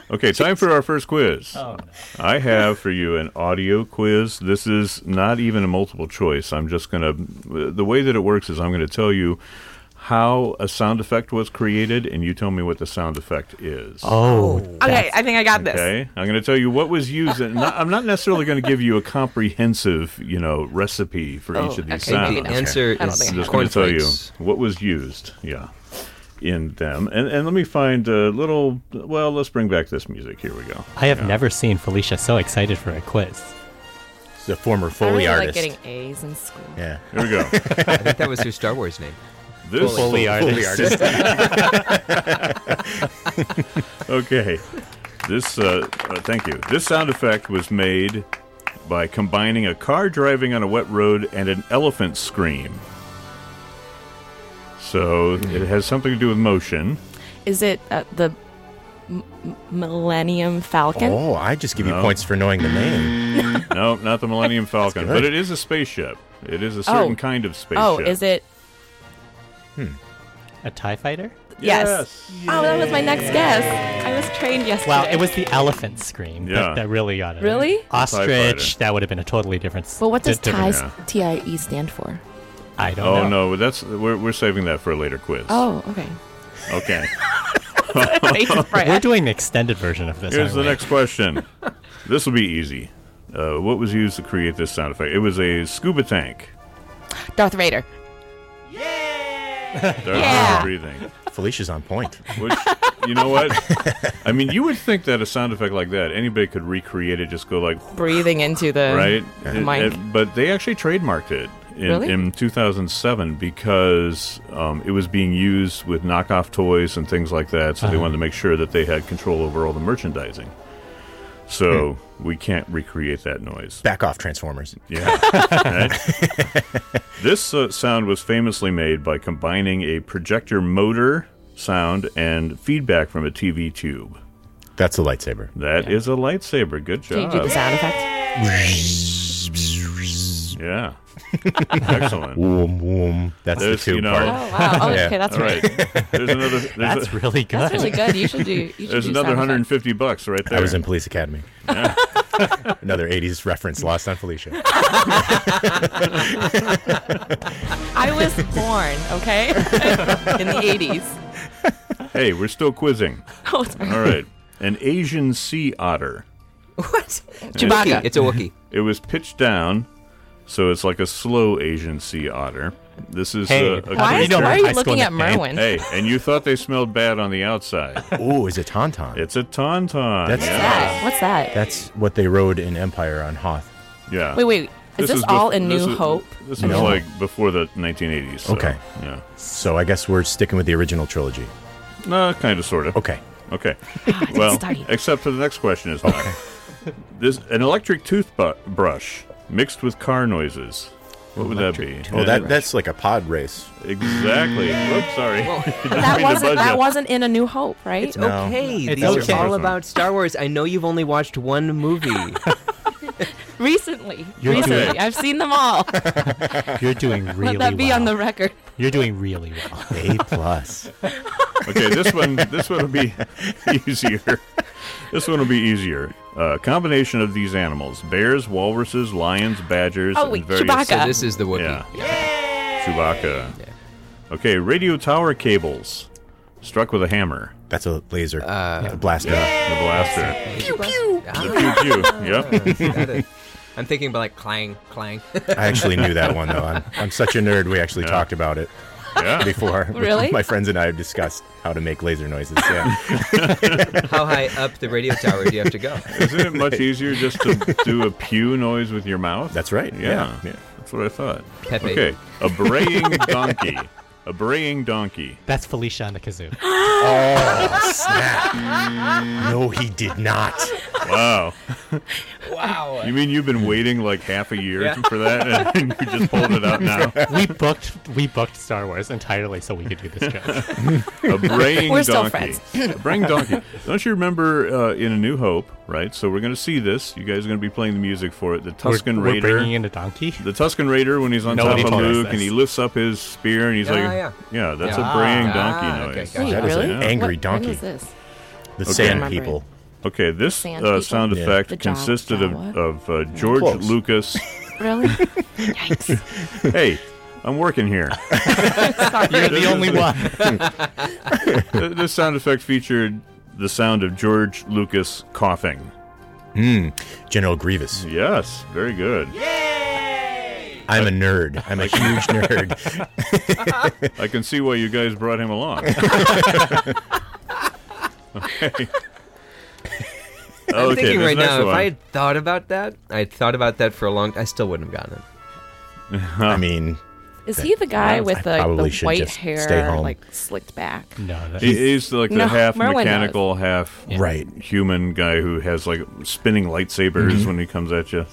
Speaker 1: Okay, time for our first quiz.
Speaker 4: Oh,
Speaker 1: I have for you an audio quiz. This is not even a multiple choice. I'm just going to, the way that it works is I'm going to tell you how a sound effect was created, and you tell me what the sound effect is.
Speaker 5: Oh,
Speaker 4: Okay, I think I got
Speaker 1: Okay, I'm going to tell you what was used. And not, I'm not necessarily going to give you a comprehensive, you know, recipe for each of these
Speaker 4: Oh, okay,
Speaker 1: sounds.
Speaker 4: maybe
Speaker 3: the answer
Speaker 4: I don't
Speaker 3: is
Speaker 4: think I
Speaker 1: I'm
Speaker 4: have
Speaker 1: just going to tell you
Speaker 3: cornflakes.
Speaker 1: what was used. Yeah, in them. And and let me find a little. Well, let's bring back this music. Here we go.
Speaker 5: I have never seen Felicia so excited for a quiz.
Speaker 2: She's a former Foley
Speaker 4: I really
Speaker 2: artist.
Speaker 4: like getting A's in school.
Speaker 2: yeah.
Speaker 1: Here we go.
Speaker 3: I think that was her Star Wars name.
Speaker 1: This
Speaker 5: Foley artist.
Speaker 1: okay. This uh, uh, thank you. This sound effect was made by combining a car driving on a wet road and an elephant scream. So it has something to do with motion.
Speaker 4: Is it uh, the M- M- Millennium Falcon?
Speaker 2: Oh, I just give you
Speaker 1: No.
Speaker 2: points for knowing the name.
Speaker 1: No, not the Millennium Falcon,
Speaker 2: good.
Speaker 1: but it is a spaceship. It is a certain kind of spaceship.
Speaker 4: Oh, is it?
Speaker 5: A TIE fighter?
Speaker 4: Yes. Oh, that was my next guess. I was trained yesterday.
Speaker 5: Wow, it was the elephant scream
Speaker 1: Yeah.
Speaker 5: that, that really got it.
Speaker 4: Really?
Speaker 5: Ostrich,
Speaker 1: fighter.
Speaker 5: that would have been a totally different. s-
Speaker 4: Well, what does E
Speaker 5: di- different-
Speaker 4: TIE TIE stand for?
Speaker 5: I don't
Speaker 1: Oh
Speaker 5: know.
Speaker 1: no, but that's we're, we're saving that for a later quiz.
Speaker 4: Oh, okay.
Speaker 1: Okay.
Speaker 5: We're doing the extended version of this.
Speaker 1: Here's
Speaker 5: aren't
Speaker 1: the
Speaker 5: we?
Speaker 1: next question. this will be easy. Uh, what was used to create this sound effect? It was a scuba tank.
Speaker 4: Darth Vader.
Speaker 1: Darth
Speaker 4: Yeah.
Speaker 1: Vader breathing.
Speaker 2: Felicia's on point.
Speaker 1: Which, you know what? I mean, you would think that a sound effect like that, anybody could recreate it, just go like,
Speaker 4: Breathing into the
Speaker 1: right? It-
Speaker 4: Mike.
Speaker 1: it- but they actually trademarked it in,
Speaker 4: Really?
Speaker 1: in 2007 because um, it was being used with knockoff toys and things like that.
Speaker 4: Uh-huh.
Speaker 1: So they wanted to make sure that they had control over all the merchandising. So
Speaker 4: Hmm.
Speaker 1: we can't recreate that noise.
Speaker 2: Back off, Transformers.
Speaker 1: Yeah. Right? This uh, sound was famously made by combining a projector motor sound and feedback from a TV tube.
Speaker 2: That's a lightsaber.
Speaker 1: That is a lightsaber. Good
Speaker 4: Can you
Speaker 1: job.
Speaker 4: do the sound effect?
Speaker 1: Yeah. Excellent.
Speaker 2: Woom woom. That's
Speaker 1: There's,
Speaker 2: the two
Speaker 1: you know-
Speaker 2: part.
Speaker 4: Oh wow. Oh,
Speaker 2: Yeah.
Speaker 4: okay, that's
Speaker 1: All right.
Speaker 4: right.
Speaker 1: There's another. There's,
Speaker 5: That's
Speaker 1: a-
Speaker 5: really good.
Speaker 4: That's really good. You should do. You should
Speaker 1: there's
Speaker 4: do
Speaker 1: another
Speaker 4: sound
Speaker 1: 150 bucks right there.
Speaker 2: I was in Police Academy. Another 80s reference lost on Felicia.
Speaker 4: effects. I was born, okay, in the eighties.
Speaker 1: hey, we're still quizzing.
Speaker 4: Oh, sorry.
Speaker 1: All right. An Asian sea otter.
Speaker 4: What?
Speaker 3: Wookiee.
Speaker 4: Chewbacca.
Speaker 3: It's a Wookiee.
Speaker 1: It was pitched down, so it's like a slow Asian sea otter. This is
Speaker 5: Hey,
Speaker 1: uh, a
Speaker 5: how
Speaker 4: Why,
Speaker 5: You
Speaker 4: is,
Speaker 5: know
Speaker 4: why
Speaker 5: my
Speaker 4: are you
Speaker 5: high school
Speaker 4: looking at
Speaker 5: nickname.
Speaker 4: Merwin?
Speaker 1: Hey, and you thought they smelled bad on the outside.
Speaker 2: Ooh, is it Tauntaun?
Speaker 1: It's a tauntaun.
Speaker 2: That's-
Speaker 1: yeah.
Speaker 4: That- What's that?
Speaker 2: That's what they rode in Empire on Hoth.
Speaker 1: yeah.
Speaker 4: Wait, wait. Is this,
Speaker 1: bef-
Speaker 4: all in
Speaker 1: this
Speaker 4: New
Speaker 1: is-
Speaker 4: Hope?
Speaker 1: This is
Speaker 2: No.
Speaker 1: like before the 1980s. so,
Speaker 2: Okay.
Speaker 1: Yeah.
Speaker 2: So I guess we're sticking with the original trilogy.
Speaker 1: No, kind of, sort of.
Speaker 2: Okay.
Speaker 1: Okay.
Speaker 4: didn't
Speaker 1: well,
Speaker 4: study.
Speaker 1: except for the next question is not. this an electric toothbrush mixed with car noises. What would that be?
Speaker 2: Well, Oh, that,
Speaker 1: Yeah,
Speaker 2: that's like a pod race.
Speaker 1: exactly. Whoops, sorry. Didn't mean
Speaker 4: That
Speaker 1: to buzz
Speaker 4: wasn't
Speaker 1: ya.
Speaker 4: that wasn't in A New Hope, right?
Speaker 3: It's
Speaker 2: No.
Speaker 3: okay.
Speaker 5: It's
Speaker 3: These
Speaker 5: okay.
Speaker 3: are all
Speaker 1: Personal.
Speaker 3: about Star Wars. I know you've only watched one movie.
Speaker 4: Recently,
Speaker 5: You're
Speaker 4: recently,
Speaker 1: doing-
Speaker 4: I've seen them all.
Speaker 5: You're doing really
Speaker 4: Let that be
Speaker 5: well.
Speaker 4: on the record.
Speaker 5: You're doing really well.
Speaker 2: A plus.
Speaker 1: Okay, this one this one will be easier. This one will be easier. Uh, combination of these animals: bears, walruses, lions, badgers,
Speaker 4: Oh,
Speaker 1: and
Speaker 4: wait,
Speaker 1: various
Speaker 4: Chewbacca.
Speaker 3: so this is the Wookiee.
Speaker 1: Yeah. Chewbacca. Okay, radio tower cables struck with a hammer.
Speaker 2: That's a laser. Uh, blaster.
Speaker 1: The blaster. Pew pew. Yep.
Speaker 3: Got it. I'm thinking about like clang, clang.
Speaker 2: I actually knew that one, though. I'm, I'm such a nerd. We actually talked about it
Speaker 1: Yeah.
Speaker 2: before.
Speaker 4: Really?
Speaker 2: My friends and I have discussed how to make laser noises. Yeah.
Speaker 3: How high up the radio tower do you have to go?
Speaker 1: Isn't it much easier just to do a pew noise with your mouth?
Speaker 2: that's right.
Speaker 1: Yeah.
Speaker 2: Yeah.
Speaker 1: That's what I thought.
Speaker 3: Pepe.
Speaker 1: Okay. A braying donkey. A braying donkey.
Speaker 5: That's Felicia on the kazoo.
Speaker 2: Oh, snap. No, he did not.
Speaker 1: Wow.
Speaker 3: Wow.
Speaker 1: You mean you've been waiting like half a year
Speaker 3: Yeah.
Speaker 1: for that and you just pulled it out now?
Speaker 5: we booked we booked Star Wars entirely so we could do this joke.
Speaker 1: A braying
Speaker 4: We're still
Speaker 1: donkey. a braying donkey. Don't you remember uh, in A New Hope, right? So we're going to see this. You guys are going to be playing the music for it. The Tuscan
Speaker 5: we're, we're
Speaker 1: Raider.
Speaker 5: bringing in a donkey.
Speaker 1: the Tuscan Raider when he's on
Speaker 5: Nobody
Speaker 1: top of
Speaker 5: told us
Speaker 1: Luke
Speaker 5: this.
Speaker 1: and he lifts up his spear and he's
Speaker 3: Yeah,
Speaker 1: like,
Speaker 3: yeah.
Speaker 1: that's
Speaker 3: Yeah.
Speaker 1: a braying
Speaker 3: Ah,
Speaker 1: donkey
Speaker 3: okay,
Speaker 1: noise.
Speaker 3: gotcha.
Speaker 2: That is
Speaker 1: an
Speaker 4: really?
Speaker 2: angry
Speaker 4: What-
Speaker 2: donkey.
Speaker 4: When was this?
Speaker 2: The sand
Speaker 4: Remember it.
Speaker 2: people.
Speaker 1: Okay, this
Speaker 4: Sand
Speaker 1: uh,
Speaker 4: people?
Speaker 1: sound
Speaker 2: Yeah.
Speaker 1: effect
Speaker 4: The Jawa-
Speaker 1: consisted of,
Speaker 4: Jawa?
Speaker 1: of uh, George
Speaker 2: Close.
Speaker 1: Lucas.
Speaker 4: Really? Yikes!
Speaker 1: hey, I'm working here.
Speaker 5: You're the only one.
Speaker 1: Th- Uh, this sound effect featured the sound of George Lucas coughing.
Speaker 2: General Grievous.
Speaker 1: Yes, very good.
Speaker 2: I'm a nerd. I'm a huge nerd.
Speaker 1: I can see why you guys brought him along. okay.
Speaker 3: I'm
Speaker 1: Okay,
Speaker 3: thinking
Speaker 1: this
Speaker 3: right
Speaker 1: next
Speaker 3: now, if
Speaker 1: one.
Speaker 3: I had thought about that, I had thought about that for a long. I still wouldn't have gotten it.
Speaker 2: I mean,
Speaker 4: Is he the guy with the,
Speaker 2: probably
Speaker 4: the
Speaker 2: should
Speaker 4: white
Speaker 2: just
Speaker 4: hair,
Speaker 2: stay home.
Speaker 4: like slicked back?
Speaker 5: No, that,
Speaker 1: He- He's like the
Speaker 4: No,
Speaker 1: half
Speaker 4: Merwin knows.
Speaker 1: mechanical, half
Speaker 2: right.
Speaker 1: human guy who has like spinning lightsabers
Speaker 3: Mm-hmm.
Speaker 1: when he comes at you.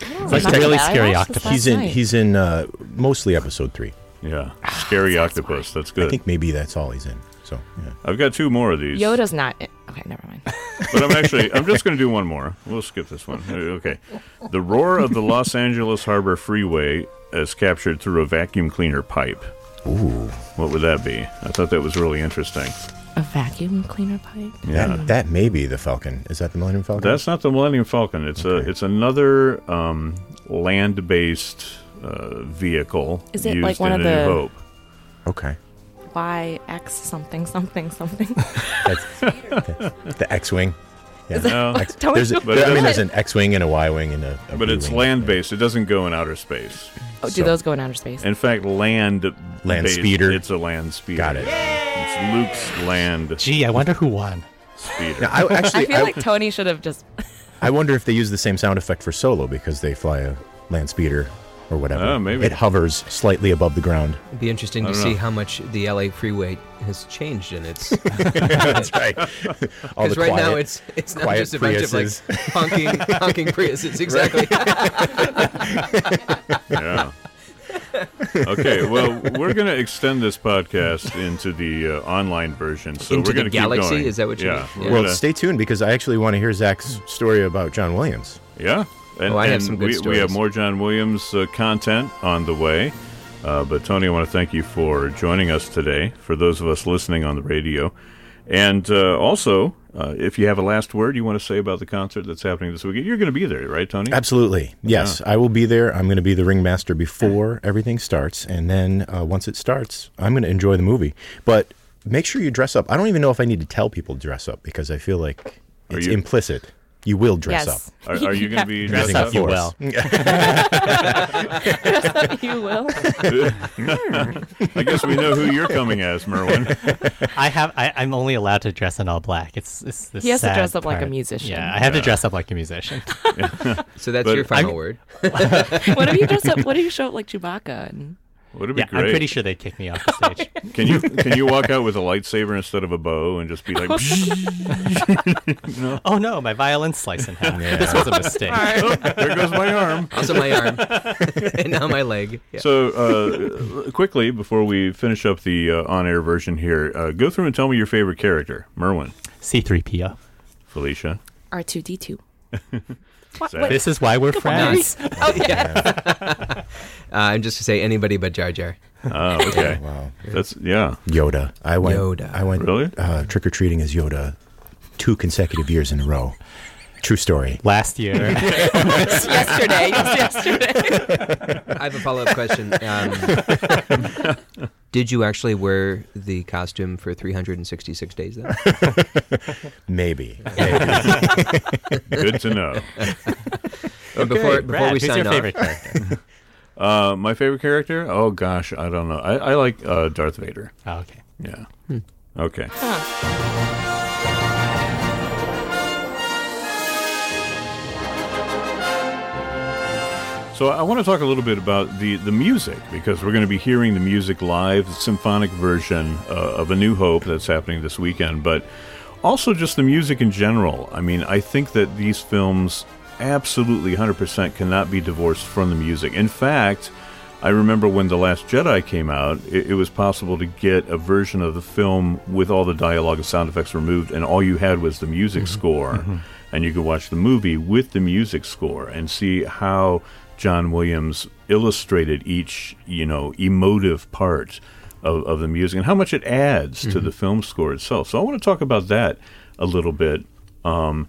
Speaker 4: It's
Speaker 5: like really scary octopus.
Speaker 2: He's in. He's in uh, mostly episode three.
Speaker 1: Yeah, scary octopus. That's
Speaker 2: I
Speaker 1: good.
Speaker 2: think maybe that's all he's in. So yeah.
Speaker 1: I've got two more of these.
Speaker 4: Yoda's not. In, okay, never mind.
Speaker 1: But I'm actually, I'm just going to do one more. We'll skip this one. Uh, Okay. The roar of the Los Angeles Harbor Freeway is captured through a vacuum cleaner pipe.
Speaker 2: Ooh,
Speaker 1: What would that be? I thought that was really interesting.
Speaker 4: A vacuum cleaner pipe.
Speaker 2: that, that may be the Falcon. Is that the Millennium Falcon?
Speaker 1: That's not the Millennium Falcon. It's a, it's another um, land-based uh, vehicle
Speaker 4: Is it
Speaker 1: used
Speaker 4: like one
Speaker 1: in
Speaker 4: of
Speaker 1: A New
Speaker 4: the-
Speaker 1: Hope.
Speaker 2: okay.
Speaker 4: Y X something something something.
Speaker 2: That's the X-wing. Yeah.
Speaker 1: No,
Speaker 2: X-
Speaker 4: Don't
Speaker 2: there's a-
Speaker 4: we-
Speaker 1: But it
Speaker 2: I
Speaker 1: doesn't-
Speaker 2: mean, there's an X-wing and a Y-wing and a. a
Speaker 1: but it's
Speaker 2: B-wing.
Speaker 1: land-based. It doesn't go in outer space.
Speaker 4: Oh, do
Speaker 2: So-
Speaker 4: those go in outer space?
Speaker 1: In fact, land
Speaker 2: Land speeder.
Speaker 1: It's a land speeder.
Speaker 2: Got it.
Speaker 1: It's Luke's land
Speaker 5: gee, I wonder who won.
Speaker 1: speeder.
Speaker 2: Now, I
Speaker 4: I
Speaker 2: actually,
Speaker 4: feel
Speaker 2: I,
Speaker 4: like Tony should have just.
Speaker 2: I wonder if they use the same sound effect for Solo because they fly a land speeder or whatever.
Speaker 1: Oh, maybe.
Speaker 2: it hovers slightly above the ground.
Speaker 3: It'd be interesting to
Speaker 1: don't
Speaker 3: see
Speaker 1: know.
Speaker 3: how much the LA freeway has changed in its.
Speaker 2: That's right. All the
Speaker 3: Because right
Speaker 2: quiet.
Speaker 3: now it's it's not
Speaker 2: quiet
Speaker 3: just a bunch of like honking honking Priuses exactly.
Speaker 1: Yeah. Okay, well, we're going to extend this podcast into the uh, online version, so
Speaker 3: Into
Speaker 1: we're
Speaker 3: the
Speaker 1: going to
Speaker 3: galaxy?
Speaker 1: keep going.
Speaker 3: Is that what you
Speaker 1: yeah,
Speaker 3: mean?
Speaker 1: we're
Speaker 2: Well,
Speaker 1: gonna-
Speaker 2: stay tuned because I actually want to hear Zach's story about John Williams.
Speaker 1: yeah. And,
Speaker 3: Oh, I have
Speaker 1: and
Speaker 3: some good
Speaker 1: we, we have
Speaker 3: stories.
Speaker 1: more John Williams uh, content on the way. Uh, but Tony, I want to thank you for joining us today. For those of us listening on the radio, and uh, also, uh, if you have a last word you want to say about the concert that's happening this weekend, you're going to be there, right, Tony?
Speaker 2: Absolutely. Yes, I will be there. I'm going to be the ringmaster before everything starts. And then uh, once it starts, I'm going to enjoy the movie. But make sure you dress up. I don't even know if I need to tell people to dress up because I feel like
Speaker 1: Are
Speaker 2: it's
Speaker 1: you-
Speaker 2: implicit. You will dress
Speaker 4: yes.
Speaker 2: up.
Speaker 1: Are, are you going to be dressed
Speaker 5: Dress
Speaker 1: up?
Speaker 5: up, you
Speaker 2: course.
Speaker 5: will.
Speaker 4: you will.
Speaker 1: I guess we know who you're coming as, Merwin.
Speaker 5: I have. I, I'm only allowed to dress in all black. It's. it's this
Speaker 4: He has to
Speaker 5: sad
Speaker 4: dress up like a
Speaker 5: part.
Speaker 4: musician.
Speaker 5: Yeah, I have to dress up like a musician.
Speaker 3: So that's
Speaker 1: But
Speaker 3: your final
Speaker 1: I'm-
Speaker 3: word.
Speaker 4: What if you dress up? What if you show up like Chewbacca? And,
Speaker 1: Would it be
Speaker 5: yeah,
Speaker 1: great?
Speaker 5: I'm pretty sure they'd kick me off the stage.
Speaker 1: Can you can you walk out with a lightsaber instead of a bow and just be like,
Speaker 5: oh no, my violin sliced in half. This was a mistake.
Speaker 1: "There goes my arm."
Speaker 3: Also my arm and now my leg. Yeah.
Speaker 1: So uh, quickly before we finish up the uh, on-air version here, uh, go through and tell me your favorite character, Merwin,
Speaker 5: C3PO.
Speaker 1: Felicia.
Speaker 4: R two D two. What?
Speaker 1: Zach.
Speaker 4: what-
Speaker 5: This is why we're friends.
Speaker 3: uh, I'm just to say anybody but Jar Jar.
Speaker 1: Oh, okay,
Speaker 2: Wow.
Speaker 1: that's yeah.
Speaker 2: Yoda. I went.
Speaker 3: Yoda.
Speaker 2: I went.
Speaker 1: Really?
Speaker 2: Uh, Trick or treating as Yoda, two consecutive years in a row. True story.
Speaker 5: Last year,
Speaker 4: yesterday. yesterday.
Speaker 3: I have a follow up question. Um, did you actually wear the costume for 366 days then?
Speaker 2: Maybe. Maybe.
Speaker 1: Good to know.
Speaker 3: And before before
Speaker 5: Brad,
Speaker 3: we
Speaker 5: who's
Speaker 3: sign
Speaker 5: your
Speaker 3: off,
Speaker 5: favorite character?
Speaker 1: Uh, my favorite character? Oh gosh, I don't know. I, I like uh, Darth Vader.
Speaker 5: Oh, okay.
Speaker 1: Yeah. Okay. So I want to talk a little bit about the, the music because we're going to be hearing the music live, the symphonic version uh, of A New Hope that's happening this weekend, but also just the music in general. I mean, I think that these films absolutely 100% cannot be divorced from the music. In fact, I remember when The Last Jedi came out, it, it was possible to get a version of the film with all the dialogue and sound effects removed, and all you had was the music score. And you could watch the movie with the music score and see how John Williams illustrated each, you know, emotive part of, of the music and how much it adds to the film score itself. So I want to talk about that a little bit. Um,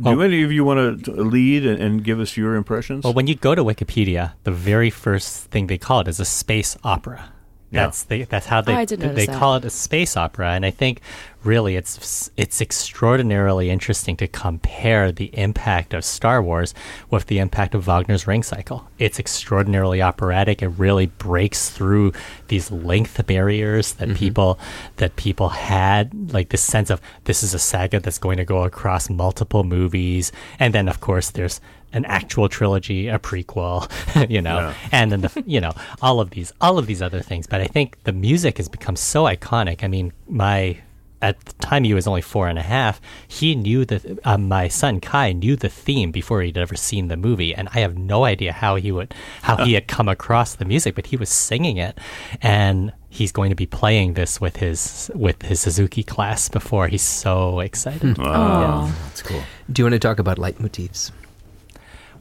Speaker 1: do any of you want to lead and, and give us your impressions?
Speaker 5: Well, when you go to Wikipedia, the very first thing they call it is a space opera.
Speaker 1: Yeah.
Speaker 5: That's the, that's how they
Speaker 4: Oh, I did notice
Speaker 5: they
Speaker 4: that.
Speaker 5: call it a space opera, and I think really it's it's extraordinarily interesting to compare the impact of Star Wars with the impact of Wagner's Ring Cycle. It's extraordinarily operatic. It really breaks through these length barriers that people that people had, like this sense of this is a saga that's going to go across multiple movies, and then of course there's an actual trilogy, a prequel, you know, and then the you know all of these all of these other things. But I think the music has become so iconic. I mean, my at the time he was only four and a half, he knew that uh, my son Kai knew the theme before he'd ever seen the movie, and I have no idea how he would how he had come across the music, but he was singing it, and he's going to be playing this with his with his Suzuki class before. He's so excited.
Speaker 2: That's cool.
Speaker 3: Do you want to talk about leitmotifs?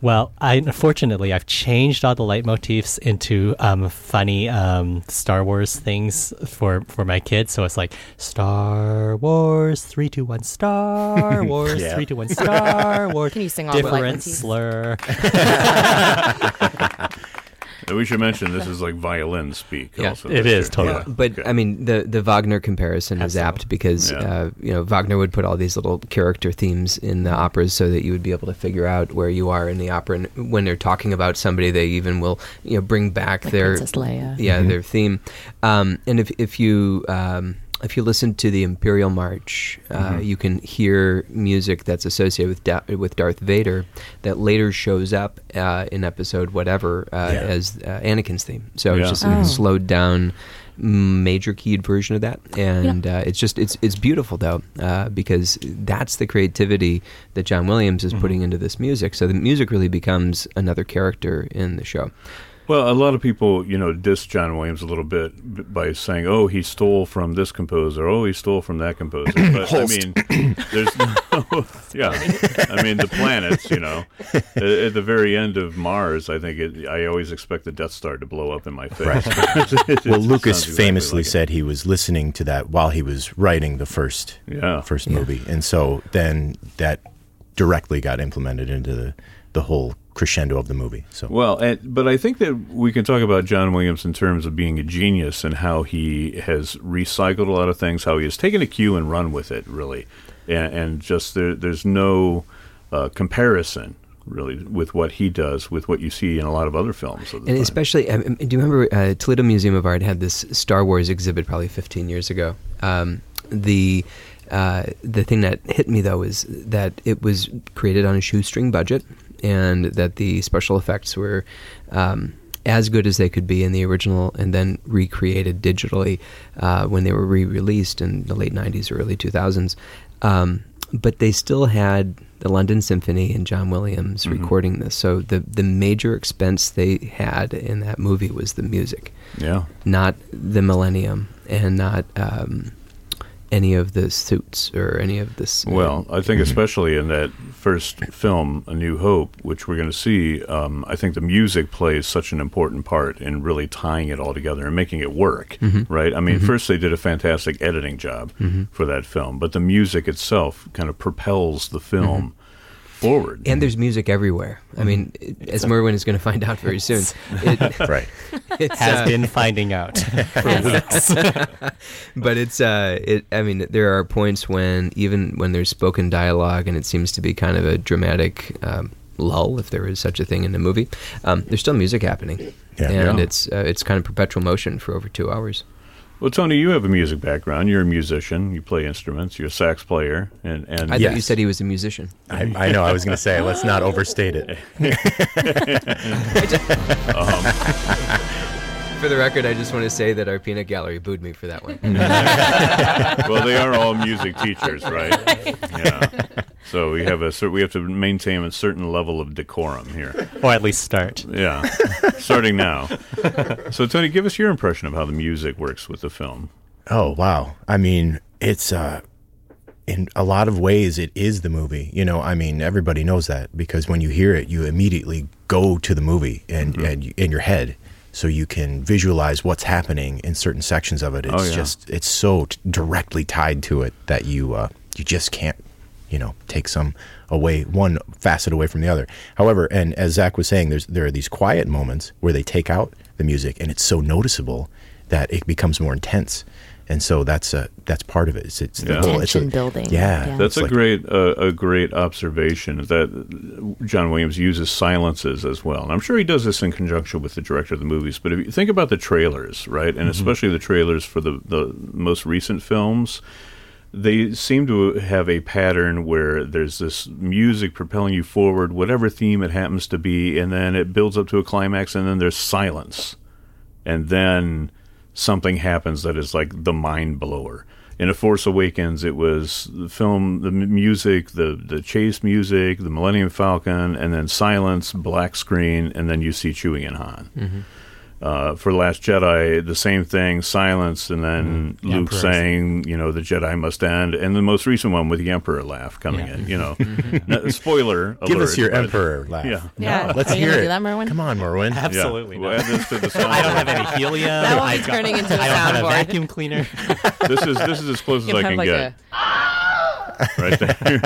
Speaker 5: Well, I unfortunately I've changed all the leitmotifs into um, funny um, Star Wars things for for my kids. So it's like Star Wars three two one Star Wars
Speaker 2: Yeah.
Speaker 5: three two one Star Wars.
Speaker 4: Can you sing all the
Speaker 5: Different
Speaker 4: leitmotifs?
Speaker 5: slur.
Speaker 1: And we should mention this is like violin speak.
Speaker 3: Yeah,
Speaker 1: also.
Speaker 5: it is, totally.
Speaker 1: Yeah.
Speaker 3: But um, I mean, the the Wagner comparison is apt because
Speaker 1: Yeah.
Speaker 3: uh, you know Wagner would put all these little character themes in the operas so that you would be able to figure out where you are in the opera. And when they're talking about somebody, they even will you know bring back
Speaker 4: Like
Speaker 3: their
Speaker 4: Princess Leia.
Speaker 3: yeah
Speaker 1: Mm-hmm.
Speaker 3: their theme. Um, and if if you um, if you listen to the Imperial March, uh,
Speaker 1: Mm-hmm.
Speaker 3: you can hear music that's associated with da- with Darth Vader that later shows up uh, in episode whatever uh,
Speaker 2: Yeah.
Speaker 3: as uh, Anakin's theme. So
Speaker 1: Yeah.
Speaker 3: it's just a slowed down major keyed version of that and uh, it's just it's it's beautiful though uh, because that's the creativity that John Williams is putting into this music so the music really becomes another character in the show
Speaker 1: Well, a lot of people, you know, diss John Williams a little bit b- by saying, "Oh, he stole from this composer. Oh, he stole from that composer." But I
Speaker 2: Holst.
Speaker 1: mean, there's no, yeah. I mean, the planets. You know, at, at the very end of Mars, I think it, I always expect the Death Star to blow up in my face.
Speaker 2: Well, Lucas famously
Speaker 1: said.
Speaker 2: said he was listening to that while he was writing the first
Speaker 1: Yeah.
Speaker 2: first movie, and so then that directly got implemented into the the whole crescendo of the movie. So
Speaker 1: Well, and, but I think that we can talk about John Williams in terms of being a genius and how he has recycled a lot of things, how he has taken a cue and run with it, really, and, and just there, there's no uh, comparison really with what he does with what you see in a lot of other films. Of the time.
Speaker 3: And especially, um, um, do you remember uh, Toledo Museum of Art had this Star Wars exhibit probably 15 years ago. Um, the uh, the thing that hit me though is that it was created on a shoestring budget, and that the special effects were um, as good as they could be in the original, and then recreated digitally uh, when they were re-released in the late 90s or early 2000s. Um, but they still had the London Symphony and John Williams recording this. So the the major expense they had in that movie was the music,
Speaker 1: yeah,
Speaker 3: not the Millennium, and not um, any of the suits or any of this.
Speaker 1: Well, I
Speaker 3: Mm-hmm.
Speaker 1: think especially in that first film, A New Hope, which we're going to see, um, I think the music plays such an important part in really tying it all together and making it work,
Speaker 3: Mm-hmm.
Speaker 1: right? I mean, first they did a fantastic editing job for that film, but the music itself kind of propels the film forward.
Speaker 3: Mm-hmm. and there's music everywhere. I mean, it- as Merwin is going to find out very soon, it,
Speaker 2: right,
Speaker 3: it's,
Speaker 5: Has
Speaker 3: uh,
Speaker 5: been finding out for weeks.
Speaker 3: but it's uh it i mean there are points when even when there's spoken dialogue and it seems to be kind of a dramatic um, lull if there is such a thing in the movie um, there's still music happening
Speaker 2: Yeah.
Speaker 3: and
Speaker 1: Yeah.
Speaker 3: it's uh, it's kind of perpetual motion for over two hours
Speaker 1: well, Tony, you have a music background. You're a musician. You play instruments. You're a sax player, and and
Speaker 3: i thought you
Speaker 2: Yes.
Speaker 3: said he was a musician
Speaker 2: I, I know. I was going to say, let's not overstate it.
Speaker 3: for the record i just want to say that our peanut gallery booed me for that one
Speaker 1: well, they are all music teachers, right? Yeah. So we have a cer- we have to maintain a certain level of decorum here.
Speaker 5: or at least start.
Speaker 1: Yeah, starting now. So, Tony, give us your impression of how the music works with the film.
Speaker 2: Oh wow! I mean, it's uh, in a lot of ways, it is the movie. You know, I mean, everybody knows that because when you hear it, you immediately go to the movie and
Speaker 1: Mm-hmm.
Speaker 2: and you- in your head, so you can visualize what's happening in certain sections of it. It's
Speaker 1: Oh, yeah.
Speaker 2: just it's so t- directly tied to it that you uh, you just can't you know take some away one facet away from the other. However, and as Zach was saying, there's there are these quiet moments where they take out the music and it's so noticeable that it becomes more intense. and so that's a that's part of it. It's, it's the
Speaker 1: Yeah.
Speaker 2: whole- Oh, it's a-
Speaker 4: Tension building.
Speaker 2: Yeah,
Speaker 4: Yeah.
Speaker 2: it's
Speaker 1: That's a
Speaker 2: like-
Speaker 1: great uh, a great observation is that John Williams uses silences as well, and I'm sure he does this in conjunction with the director of the movies. But if you think about the trailers, right,
Speaker 2: Mm-hmm.
Speaker 1: and especially the trailers for the the most recent films, they seem to have a pattern where there's this music propelling you forward, whatever theme it happens to be, and then it builds up to a climax, and then there's silence and then something happens that is like the mind blower. In A Force Awakens, it was the film, the m- music, the the chase music, the Millennium Falcon, and then silence, black screen, and then you see Chewie and Han.
Speaker 2: Mm-hmm.
Speaker 1: Uh, for Last Jedi, the same thing, silence, and then
Speaker 2: Mm-hmm.
Speaker 5: The
Speaker 1: Luke
Speaker 5: Emperor.
Speaker 1: saying, you know, the Jedi must end, and the most recent one with the Emperor laugh coming
Speaker 5: Yeah.
Speaker 1: in. You know, No, spoiler.
Speaker 2: Mm-hmm. Give us
Speaker 1: alert,
Speaker 2: your
Speaker 1: but-
Speaker 2: emperor laugh.
Speaker 1: Yeah.
Speaker 4: Yeah.
Speaker 2: Let's
Speaker 4: Are you
Speaker 2: hear
Speaker 4: gonna
Speaker 2: it.
Speaker 4: do that, Merwin?
Speaker 2: Come on, Merwin.
Speaker 1: Yeah,
Speaker 5: Absolutely.
Speaker 1: we'll
Speaker 5: not.
Speaker 1: add this to the
Speaker 5: I don't
Speaker 1: soundboard.
Speaker 5: have any helium.
Speaker 4: That one's
Speaker 5: I got-
Speaker 4: turning into a
Speaker 5: I don't have a
Speaker 4: soundboard.
Speaker 5: vacuum cleaner.
Speaker 1: this is this is as close as
Speaker 4: You'll
Speaker 1: I
Speaker 4: have
Speaker 1: can
Speaker 4: like
Speaker 1: get. Right there,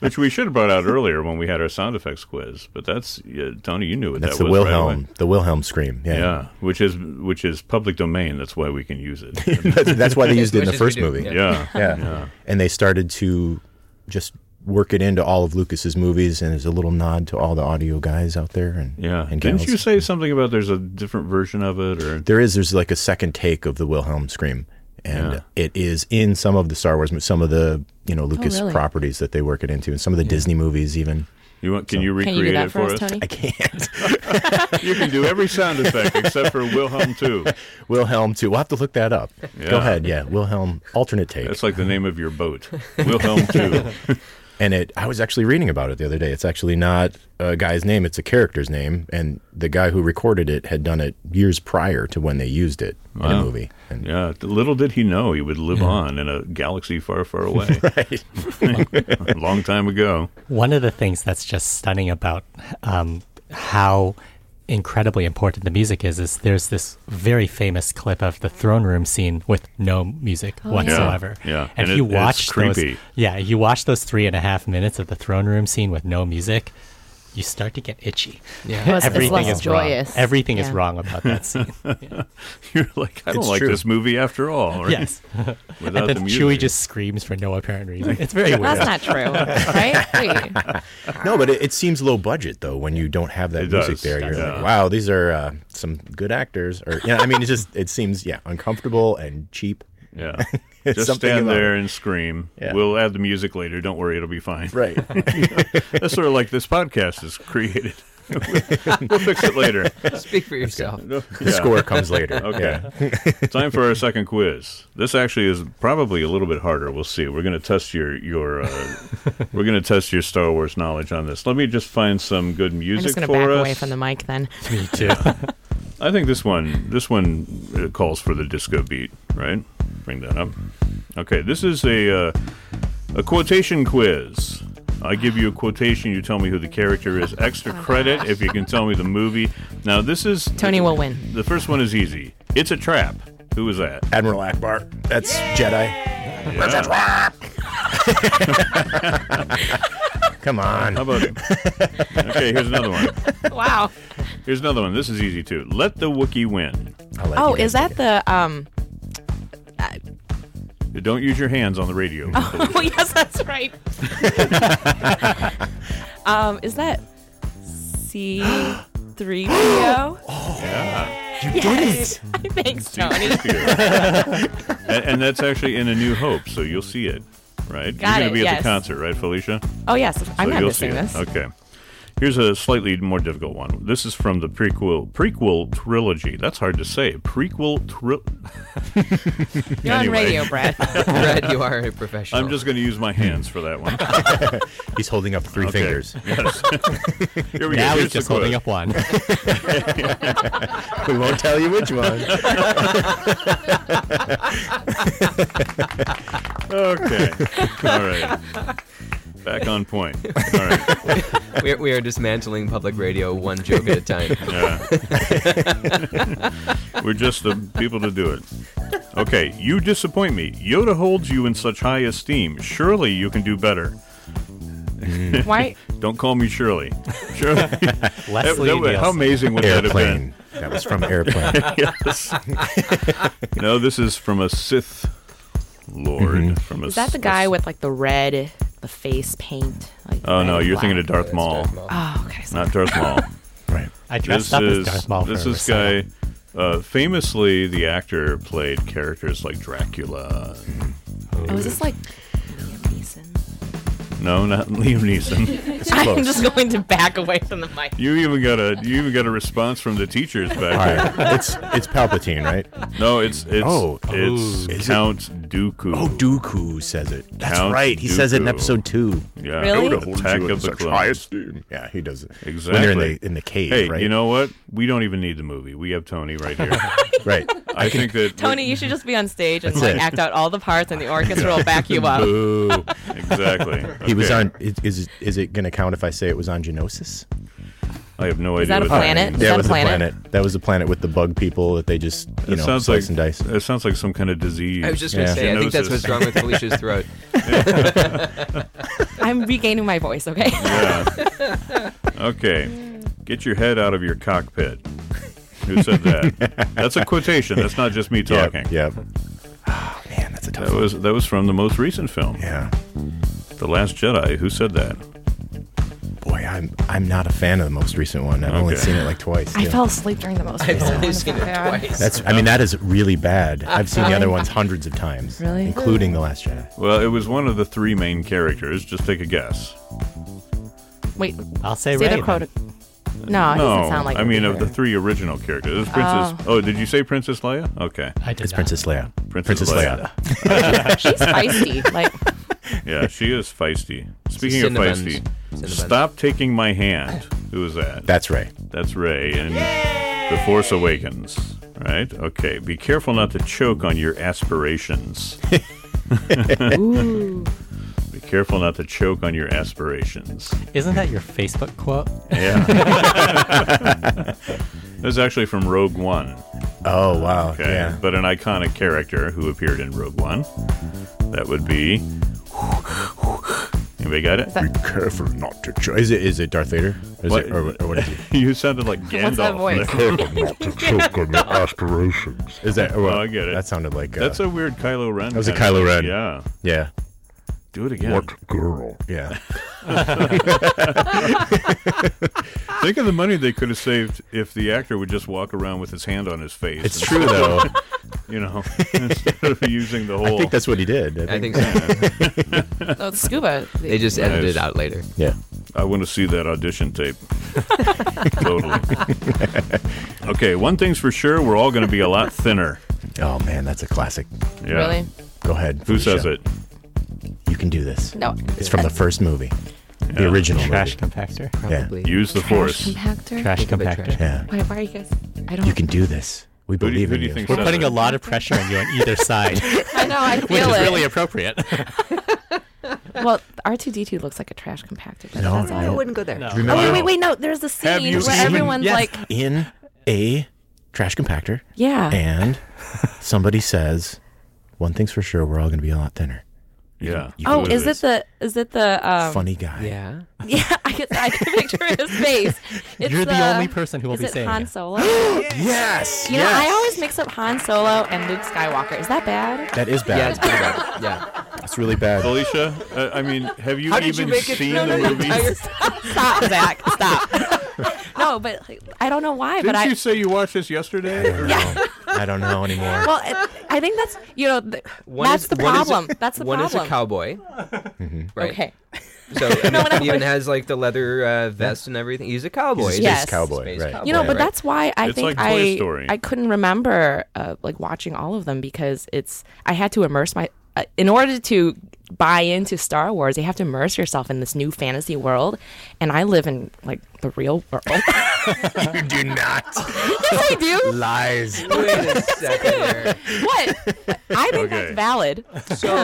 Speaker 1: which we should have brought out earlier when we had our sound effects quiz. But that's yeah, Tony, you knew what
Speaker 2: That's
Speaker 1: that
Speaker 2: the
Speaker 1: was. right
Speaker 2: Wilhelm,
Speaker 1: away.
Speaker 2: the Wilhelm scream. Yeah,
Speaker 1: yeah, which is which is public domain. That's why we can use it.
Speaker 2: that's, that's why they used it in the
Speaker 3: Which is we
Speaker 2: first
Speaker 3: do,
Speaker 2: movie.
Speaker 3: yeah.
Speaker 1: yeah,
Speaker 2: Yeah. and they started to just work it into all of Lucas's movies, and there's a little nod to all the audio guys out there. And
Speaker 1: yeah.
Speaker 2: and
Speaker 1: Didn't
Speaker 2: gals.
Speaker 1: you say something about there's a different version of it or?
Speaker 2: there is there's like a second take of the Wilhelm scream, and
Speaker 1: Yeah.
Speaker 2: it is in some of the Star Wars, mo- some of the you know Lucas
Speaker 4: Oh, really?
Speaker 2: properties that they work it into, and some of the Disney movies even.
Speaker 1: You want? Can you
Speaker 4: Can
Speaker 1: recreate
Speaker 4: you do
Speaker 1: it
Speaker 4: that for us, Tony?
Speaker 2: I can't.
Speaker 1: You can do every sound effect except for Wilhelm too.
Speaker 2: Wilhelm too. We'll have to look that up. Go
Speaker 1: Yeah.
Speaker 2: ahead. Yeah, Wilhelm alternate take.
Speaker 1: That's like the name of your boat, Wilhelm too.
Speaker 2: And it, I was actually reading about it the other day. It's actually not a guy's name; it's a character's name, and the guy who recorded it had done it years prior to when they used it in a
Speaker 1: Wow.
Speaker 2: movie. And
Speaker 1: Yeah, little did he know he would live on in a galaxy far, far away.
Speaker 2: right,
Speaker 1: a long time ago.
Speaker 5: One of the things that's just stunning about um, how incredibly important the music is is there's this very famous clip of the throne room scene with no music whatsoever.
Speaker 1: Yeah, yeah.
Speaker 5: And,
Speaker 1: And
Speaker 5: if you
Speaker 1: it- it's
Speaker 5: watch those,
Speaker 1: creepy.
Speaker 5: yeah, if you watch those three and a half minutes of the throne room scene with no music. You start to get itchy.
Speaker 3: Yeah. Well,
Speaker 4: it's- it's less
Speaker 5: wrong.
Speaker 4: joyous.
Speaker 5: Everything is
Speaker 4: Yeah.
Speaker 5: wrong about that scene. Yeah.
Speaker 1: You're like, I don't
Speaker 2: It's
Speaker 1: like
Speaker 2: true.
Speaker 1: this movie after all. right?
Speaker 5: yes,
Speaker 1: Without
Speaker 5: and
Speaker 1: the
Speaker 5: then
Speaker 1: music.
Speaker 5: Chewie just screams for no apparent reason. It's very weird.
Speaker 4: That's not true, right? Wait.
Speaker 2: no, but it, it seems low budget though when you don't have that
Speaker 1: It
Speaker 2: music
Speaker 1: does,
Speaker 2: there. You're
Speaker 1: yeah.
Speaker 2: like, wow, these are uh, some good actors, or you know, I mean, it just it seems yeah uncomfortable and cheap.
Speaker 1: yeah.
Speaker 2: It's
Speaker 1: Just
Speaker 2: something
Speaker 1: stand
Speaker 2: about
Speaker 1: there and scream.
Speaker 2: Yeah.
Speaker 1: We'll add the music later. Don't worry, it'll be fine.
Speaker 2: Right.
Speaker 1: That's sort of like this podcast is created. we'll fix it later.
Speaker 3: Speak for yourself.
Speaker 1: The
Speaker 2: The score comes later.
Speaker 1: Okay.
Speaker 2: Yeah.
Speaker 1: Time for our second quiz. This actually is probably a little bit harder. We'll see. We're going to test your your uh, we're going to test your Star Wars knowledge on this. Let me just find some good
Speaker 4: I'm
Speaker 1: music
Speaker 4: just going to
Speaker 1: for
Speaker 4: back
Speaker 1: us.
Speaker 4: away from the mic then.
Speaker 5: Me too.
Speaker 1: I think this one this one uh, calls for the disco beat, right? Bring that up. Okay, this is a uh, a quotation quiz. I give you a quotation, you tell me who the character is. Extra
Speaker 4: Oh
Speaker 1: credit if you can tell me the movie. Now this is
Speaker 4: Tony will win.
Speaker 1: The first one is easy. It's a trap. Who was that?
Speaker 2: Admiral Akbar. That's Jedi.
Speaker 1: Yeah.
Speaker 2: Come on.
Speaker 1: How about it? Okay, here's another one.
Speaker 4: Wow.
Speaker 1: Here's another one. This is easy too. Let the Wookiee win.
Speaker 2: I'll let
Speaker 4: Oh,
Speaker 2: you
Speaker 4: is
Speaker 2: guys
Speaker 4: that the um?
Speaker 1: Don't use your hands on the radio.
Speaker 4: Oh yes, that's right. um, is that C three PO?
Speaker 2: You did it.
Speaker 4: Thanks, Tony.
Speaker 1: and, and that's actually in A New Hope, so you'll see it, right? You're
Speaker 4: Got it,
Speaker 1: going to be at
Speaker 4: yes.
Speaker 1: the concert, right, Felicia?
Speaker 4: Oh yes, I'm
Speaker 1: so
Speaker 4: not
Speaker 1: you'll see
Speaker 4: missing
Speaker 1: it.
Speaker 4: this.
Speaker 1: Okay. Here's a slightly more difficult one. This is from the prequel prequel trilogy. That's hard to say. Prequel tri-
Speaker 4: You're
Speaker 1: Anyway.
Speaker 4: on radio, Brett.
Speaker 3: Brad, you are a professional.
Speaker 1: I'm just going to use my hands for that one.
Speaker 2: He's holding up three
Speaker 1: Okay.
Speaker 2: fingers.
Speaker 1: Yes. Here we go.
Speaker 5: now
Speaker 1: Here's the
Speaker 5: he's just holding
Speaker 1: quote.
Speaker 5: up one.
Speaker 2: We won't tell you which one.
Speaker 1: Okay. All right. Back on point. All right.
Speaker 3: we, are, we are dismantling public radio one joke at a time.
Speaker 1: Yeah. We're just the people to do it. Okay, you disappoint me. Yoda holds you in such high esteem. Surely you can do better.
Speaker 4: Why?
Speaker 1: Don't call me Shirley. Shirley. That-
Speaker 5: Leslie
Speaker 1: that would- how
Speaker 5: Nielsen.
Speaker 1: amazing would
Speaker 2: Airplane. That was from Airplane.
Speaker 1: that have been? Yes. no, this is from a Sith Lord
Speaker 5: Mm-hmm.
Speaker 1: from a
Speaker 4: Is that the guy with like the red, the face paint? Like,
Speaker 1: Oh
Speaker 4: red
Speaker 1: no,
Speaker 4: and
Speaker 1: you're
Speaker 4: black?
Speaker 1: thinking of Darth Maul,
Speaker 3: Darth Maul.
Speaker 4: Oh, okay. So
Speaker 1: not Darth Maul.
Speaker 2: Right.
Speaker 5: I dressed
Speaker 1: this
Speaker 5: up
Speaker 1: is
Speaker 5: as Darth Maul.
Speaker 1: this
Speaker 5: for
Speaker 1: is
Speaker 5: Recital.
Speaker 1: guy. Uh, famously, the actor played characters like Dracula.
Speaker 4: oh, is this like Liam Neeson?
Speaker 1: No, not Liam Neeson. It's
Speaker 4: I'm
Speaker 1: close.
Speaker 4: just going to back away from the mic.
Speaker 1: You even got a you even got a response from the teachers back
Speaker 2: All
Speaker 1: there.
Speaker 2: right. It's it's Palpatine, right?
Speaker 1: No, it's it's
Speaker 2: Oh.
Speaker 1: it's
Speaker 2: Oh. Is it-
Speaker 1: Count Dooku.
Speaker 2: Oh, Dooku says it. That's
Speaker 1: Count
Speaker 2: right. He says it in
Speaker 1: Dooku.
Speaker 2: episode two.
Speaker 1: yeah.
Speaker 4: Really? Yoda
Speaker 1: Attack of the Clones.
Speaker 2: esteem. Yeah, he does it.
Speaker 1: Exactly.
Speaker 2: When they're in the in the cave,
Speaker 1: Hey,
Speaker 2: right?
Speaker 1: you know what? We don't even need the movie. We have Tony right here.
Speaker 2: right.
Speaker 1: I think that
Speaker 4: Tony, you should just be on stage and
Speaker 2: That's
Speaker 4: like
Speaker 2: it.
Speaker 4: act out all the parts, and the orchestra will back you up.
Speaker 2: Boo.
Speaker 1: exactly.
Speaker 2: He was
Speaker 1: Okay.
Speaker 2: on. Is is, is it going to count if I say it was on Genosis?
Speaker 1: I have no
Speaker 4: Is
Speaker 1: idea.
Speaker 4: that a
Speaker 1: what
Speaker 4: planet?
Speaker 1: means.
Speaker 4: Is Yeah, that
Speaker 2: it was
Speaker 4: a planet?
Speaker 2: the planet. That was the planet with the bug people that they just you
Speaker 1: It
Speaker 2: know
Speaker 1: sounds
Speaker 2: slice
Speaker 1: like
Speaker 2: and dice.
Speaker 1: It sounds like some kind of disease.
Speaker 3: I was just going to
Speaker 2: Yeah.
Speaker 3: say, I think that's
Speaker 1: Genosis.
Speaker 3: what's wrong with Felicia's throat.
Speaker 4: I'm regaining my voice. Okay.
Speaker 1: yeah. Okay. Get your head out of your cockpit. Who said that? that's a quotation. That's not just me
Speaker 2: Yep,
Speaker 1: talking.
Speaker 2: Yep. Ah, man, that's a tough
Speaker 1: That
Speaker 2: one.
Speaker 1: was that was from the most recent film,
Speaker 2: Yeah.
Speaker 1: The Last Jedi. Who said that?
Speaker 2: Boy, I'm I'm not a fan of the most recent one. I've only
Speaker 1: Okay.
Speaker 2: seen it like twice.
Speaker 4: I
Speaker 2: yeah.
Speaker 4: fell asleep during the most
Speaker 3: I've
Speaker 4: recent
Speaker 3: only
Speaker 4: one.
Speaker 3: seen it
Speaker 4: Yeah.
Speaker 3: twice.
Speaker 2: That's. I mean, that is really bad. I've seen the other
Speaker 4: Really?
Speaker 2: ones hundreds of times,
Speaker 4: Really?
Speaker 2: including the Last Jedi.
Speaker 1: Well, it was one of the three main characters. Just take a guess.
Speaker 4: Wait,
Speaker 5: I'll say
Speaker 4: say
Speaker 5: Ray.
Speaker 4: the quote. No, it doesn't sound like.
Speaker 1: I mean of
Speaker 4: her.
Speaker 1: the three original characters. It was Princess. Oh. did you say Princess Leia? Okay,
Speaker 5: I did
Speaker 2: It's
Speaker 5: not.
Speaker 2: Princess Leia.
Speaker 1: Princess Leia.
Speaker 4: She's feisty. Like,
Speaker 1: yeah, she is feisty. Speaking of
Speaker 3: Cinnabons.
Speaker 1: feisty,
Speaker 3: Cinnabons.
Speaker 1: stop taking my hand. Who is that?
Speaker 2: That's Ray.
Speaker 1: That's Ray in The Force Awakens. Right? Okay. Be careful not to choke on your aspirations.
Speaker 4: ooh.
Speaker 1: Be careful not to choke on your aspirations.
Speaker 5: Isn't that your Facebook quote?
Speaker 1: Yeah. this is actually from Rogue One.
Speaker 2: Oh wow.
Speaker 1: Okay.
Speaker 2: Yeah.
Speaker 1: But an iconic character who appeared in Rogue One. That would be. Anybody got it?
Speaker 2: Be careful not to choke. Is it is it Darth Vader? Is
Speaker 1: What-
Speaker 2: it or, what- or what is it?
Speaker 1: You sounded like Gandalf.
Speaker 4: What's that voice?
Speaker 1: there.
Speaker 2: aspirations. Is that? Or what?
Speaker 1: Oh, I get it.
Speaker 2: That sounded like. Uh,
Speaker 1: That's a weird Kylo Ren. That
Speaker 2: was a Kylo Ren.
Speaker 1: Yeah.
Speaker 2: yeah.
Speaker 1: Do it again.
Speaker 2: girl? Yeah.
Speaker 1: Think of the money they could have saved if the actor would just walk around with his hand on his face.
Speaker 2: It's
Speaker 1: and-
Speaker 2: true though.
Speaker 1: You know, instead of using the whole.
Speaker 2: I think that's what he did.
Speaker 3: I think so.
Speaker 4: No, it's scuba.
Speaker 3: They just edited
Speaker 1: Nice.
Speaker 3: it out later.
Speaker 2: Yeah.
Speaker 1: I want to see that audition tape. totally. okay, one thing's for sure: we're all going to be a lot thinner.
Speaker 2: Oh man, that's a classic.
Speaker 1: Yeah.
Speaker 4: really.
Speaker 2: Go ahead.
Speaker 1: Who
Speaker 2: Felicia.
Speaker 1: says it?
Speaker 2: You can do this.
Speaker 4: No.
Speaker 2: It's from the first movie, the original
Speaker 5: Trash
Speaker 2: movie.
Speaker 5: compactor.
Speaker 3: Probably.
Speaker 1: Use the force.
Speaker 4: Compactor.
Speaker 5: Trash
Speaker 3: Think of it,
Speaker 5: compactor.
Speaker 3: trash.
Speaker 2: Yeah.
Speaker 4: Why, why are you guys? I don't.
Speaker 2: You can do this. We
Speaker 1: do you-
Speaker 2: believe
Speaker 1: who
Speaker 2: in
Speaker 1: do you
Speaker 2: you.
Speaker 1: think
Speaker 5: We're
Speaker 1: says
Speaker 5: putting
Speaker 1: it?
Speaker 5: a lot of pressure on you on either side,
Speaker 4: I know. I
Speaker 5: which
Speaker 4: feel
Speaker 5: is
Speaker 4: it.
Speaker 5: really appropriate.
Speaker 4: well, R two D two looks like a trash compactor. But
Speaker 2: No,
Speaker 4: that's all.
Speaker 2: no.
Speaker 6: I wouldn't go there.
Speaker 5: No.
Speaker 2: Remember
Speaker 4: Oh wait, wait, wait! No, there's the
Speaker 1: Have
Speaker 4: scene
Speaker 1: you
Speaker 4: where
Speaker 1: seen-
Speaker 4: everyone's
Speaker 5: Yes.
Speaker 4: like,
Speaker 2: in a trash compactor,
Speaker 4: "Yeah,
Speaker 2: and somebody says, "One thing's for sure, we're all going to be a lot thinner."
Speaker 1: Yeah.
Speaker 2: You
Speaker 4: oh,
Speaker 1: Who
Speaker 4: is it
Speaker 1: this?
Speaker 4: the is it the um,
Speaker 2: Funny guy.
Speaker 3: Yeah.
Speaker 4: Yeah, I can I can picture his face. It's,
Speaker 5: You're the
Speaker 4: uh,
Speaker 5: only person who will
Speaker 4: is
Speaker 5: be
Speaker 4: it
Speaker 5: saying
Speaker 4: Han
Speaker 5: it.
Speaker 4: Solo. you
Speaker 2: Yes.
Speaker 4: know, I
Speaker 2: yes.
Speaker 4: always mix up Han Solo and Luke Skywalker. Is that bad?
Speaker 2: That is
Speaker 3: Yeah, it's
Speaker 2: bad.
Speaker 3: pretty bad. Yeah.
Speaker 2: That's really bad.
Speaker 1: Felicia, uh, I mean, have you
Speaker 3: How did you
Speaker 1: even
Speaker 3: make it
Speaker 1: seen
Speaker 3: through
Speaker 1: the
Speaker 3: the
Speaker 1: movie?
Speaker 3: entire-
Speaker 4: Stop, Zach. Stop. no, but like, I don't know why. but
Speaker 1: Didn't
Speaker 4: I
Speaker 1: you say you watched this yesterday?
Speaker 2: I
Speaker 1: Or-
Speaker 2: don't know. I don't know anymore.
Speaker 4: well, it, I think that's you know th-
Speaker 3: One
Speaker 4: that's
Speaker 3: is-
Speaker 4: the
Speaker 3: one is a-
Speaker 4: problem. that's the
Speaker 3: one
Speaker 4: problem.
Speaker 3: is a cowboy. Right.
Speaker 4: Okay.
Speaker 3: So I mean,
Speaker 4: No, no.
Speaker 3: he even has like the leather uh, vest and everything. He's a cowboy.
Speaker 2: Space
Speaker 4: Yes.
Speaker 2: cowboy.
Speaker 3: Space
Speaker 2: right.
Speaker 3: cowboy.
Speaker 4: You know, but
Speaker 3: Right.
Speaker 4: that's why I
Speaker 1: It's like
Speaker 4: think
Speaker 1: Toy
Speaker 4: I
Speaker 1: Story.
Speaker 4: I couldn't remember uh, like watching all of them because it's I had to immerse my uh, in order to buy into Star Wars, you have to immerse yourself in this new fantasy world, and I live in like the real world. yes,
Speaker 2: You do not
Speaker 4: I do.
Speaker 2: lies.
Speaker 3: Wait a second here.
Speaker 4: What? I think
Speaker 1: Okay.
Speaker 4: that's valid.
Speaker 3: So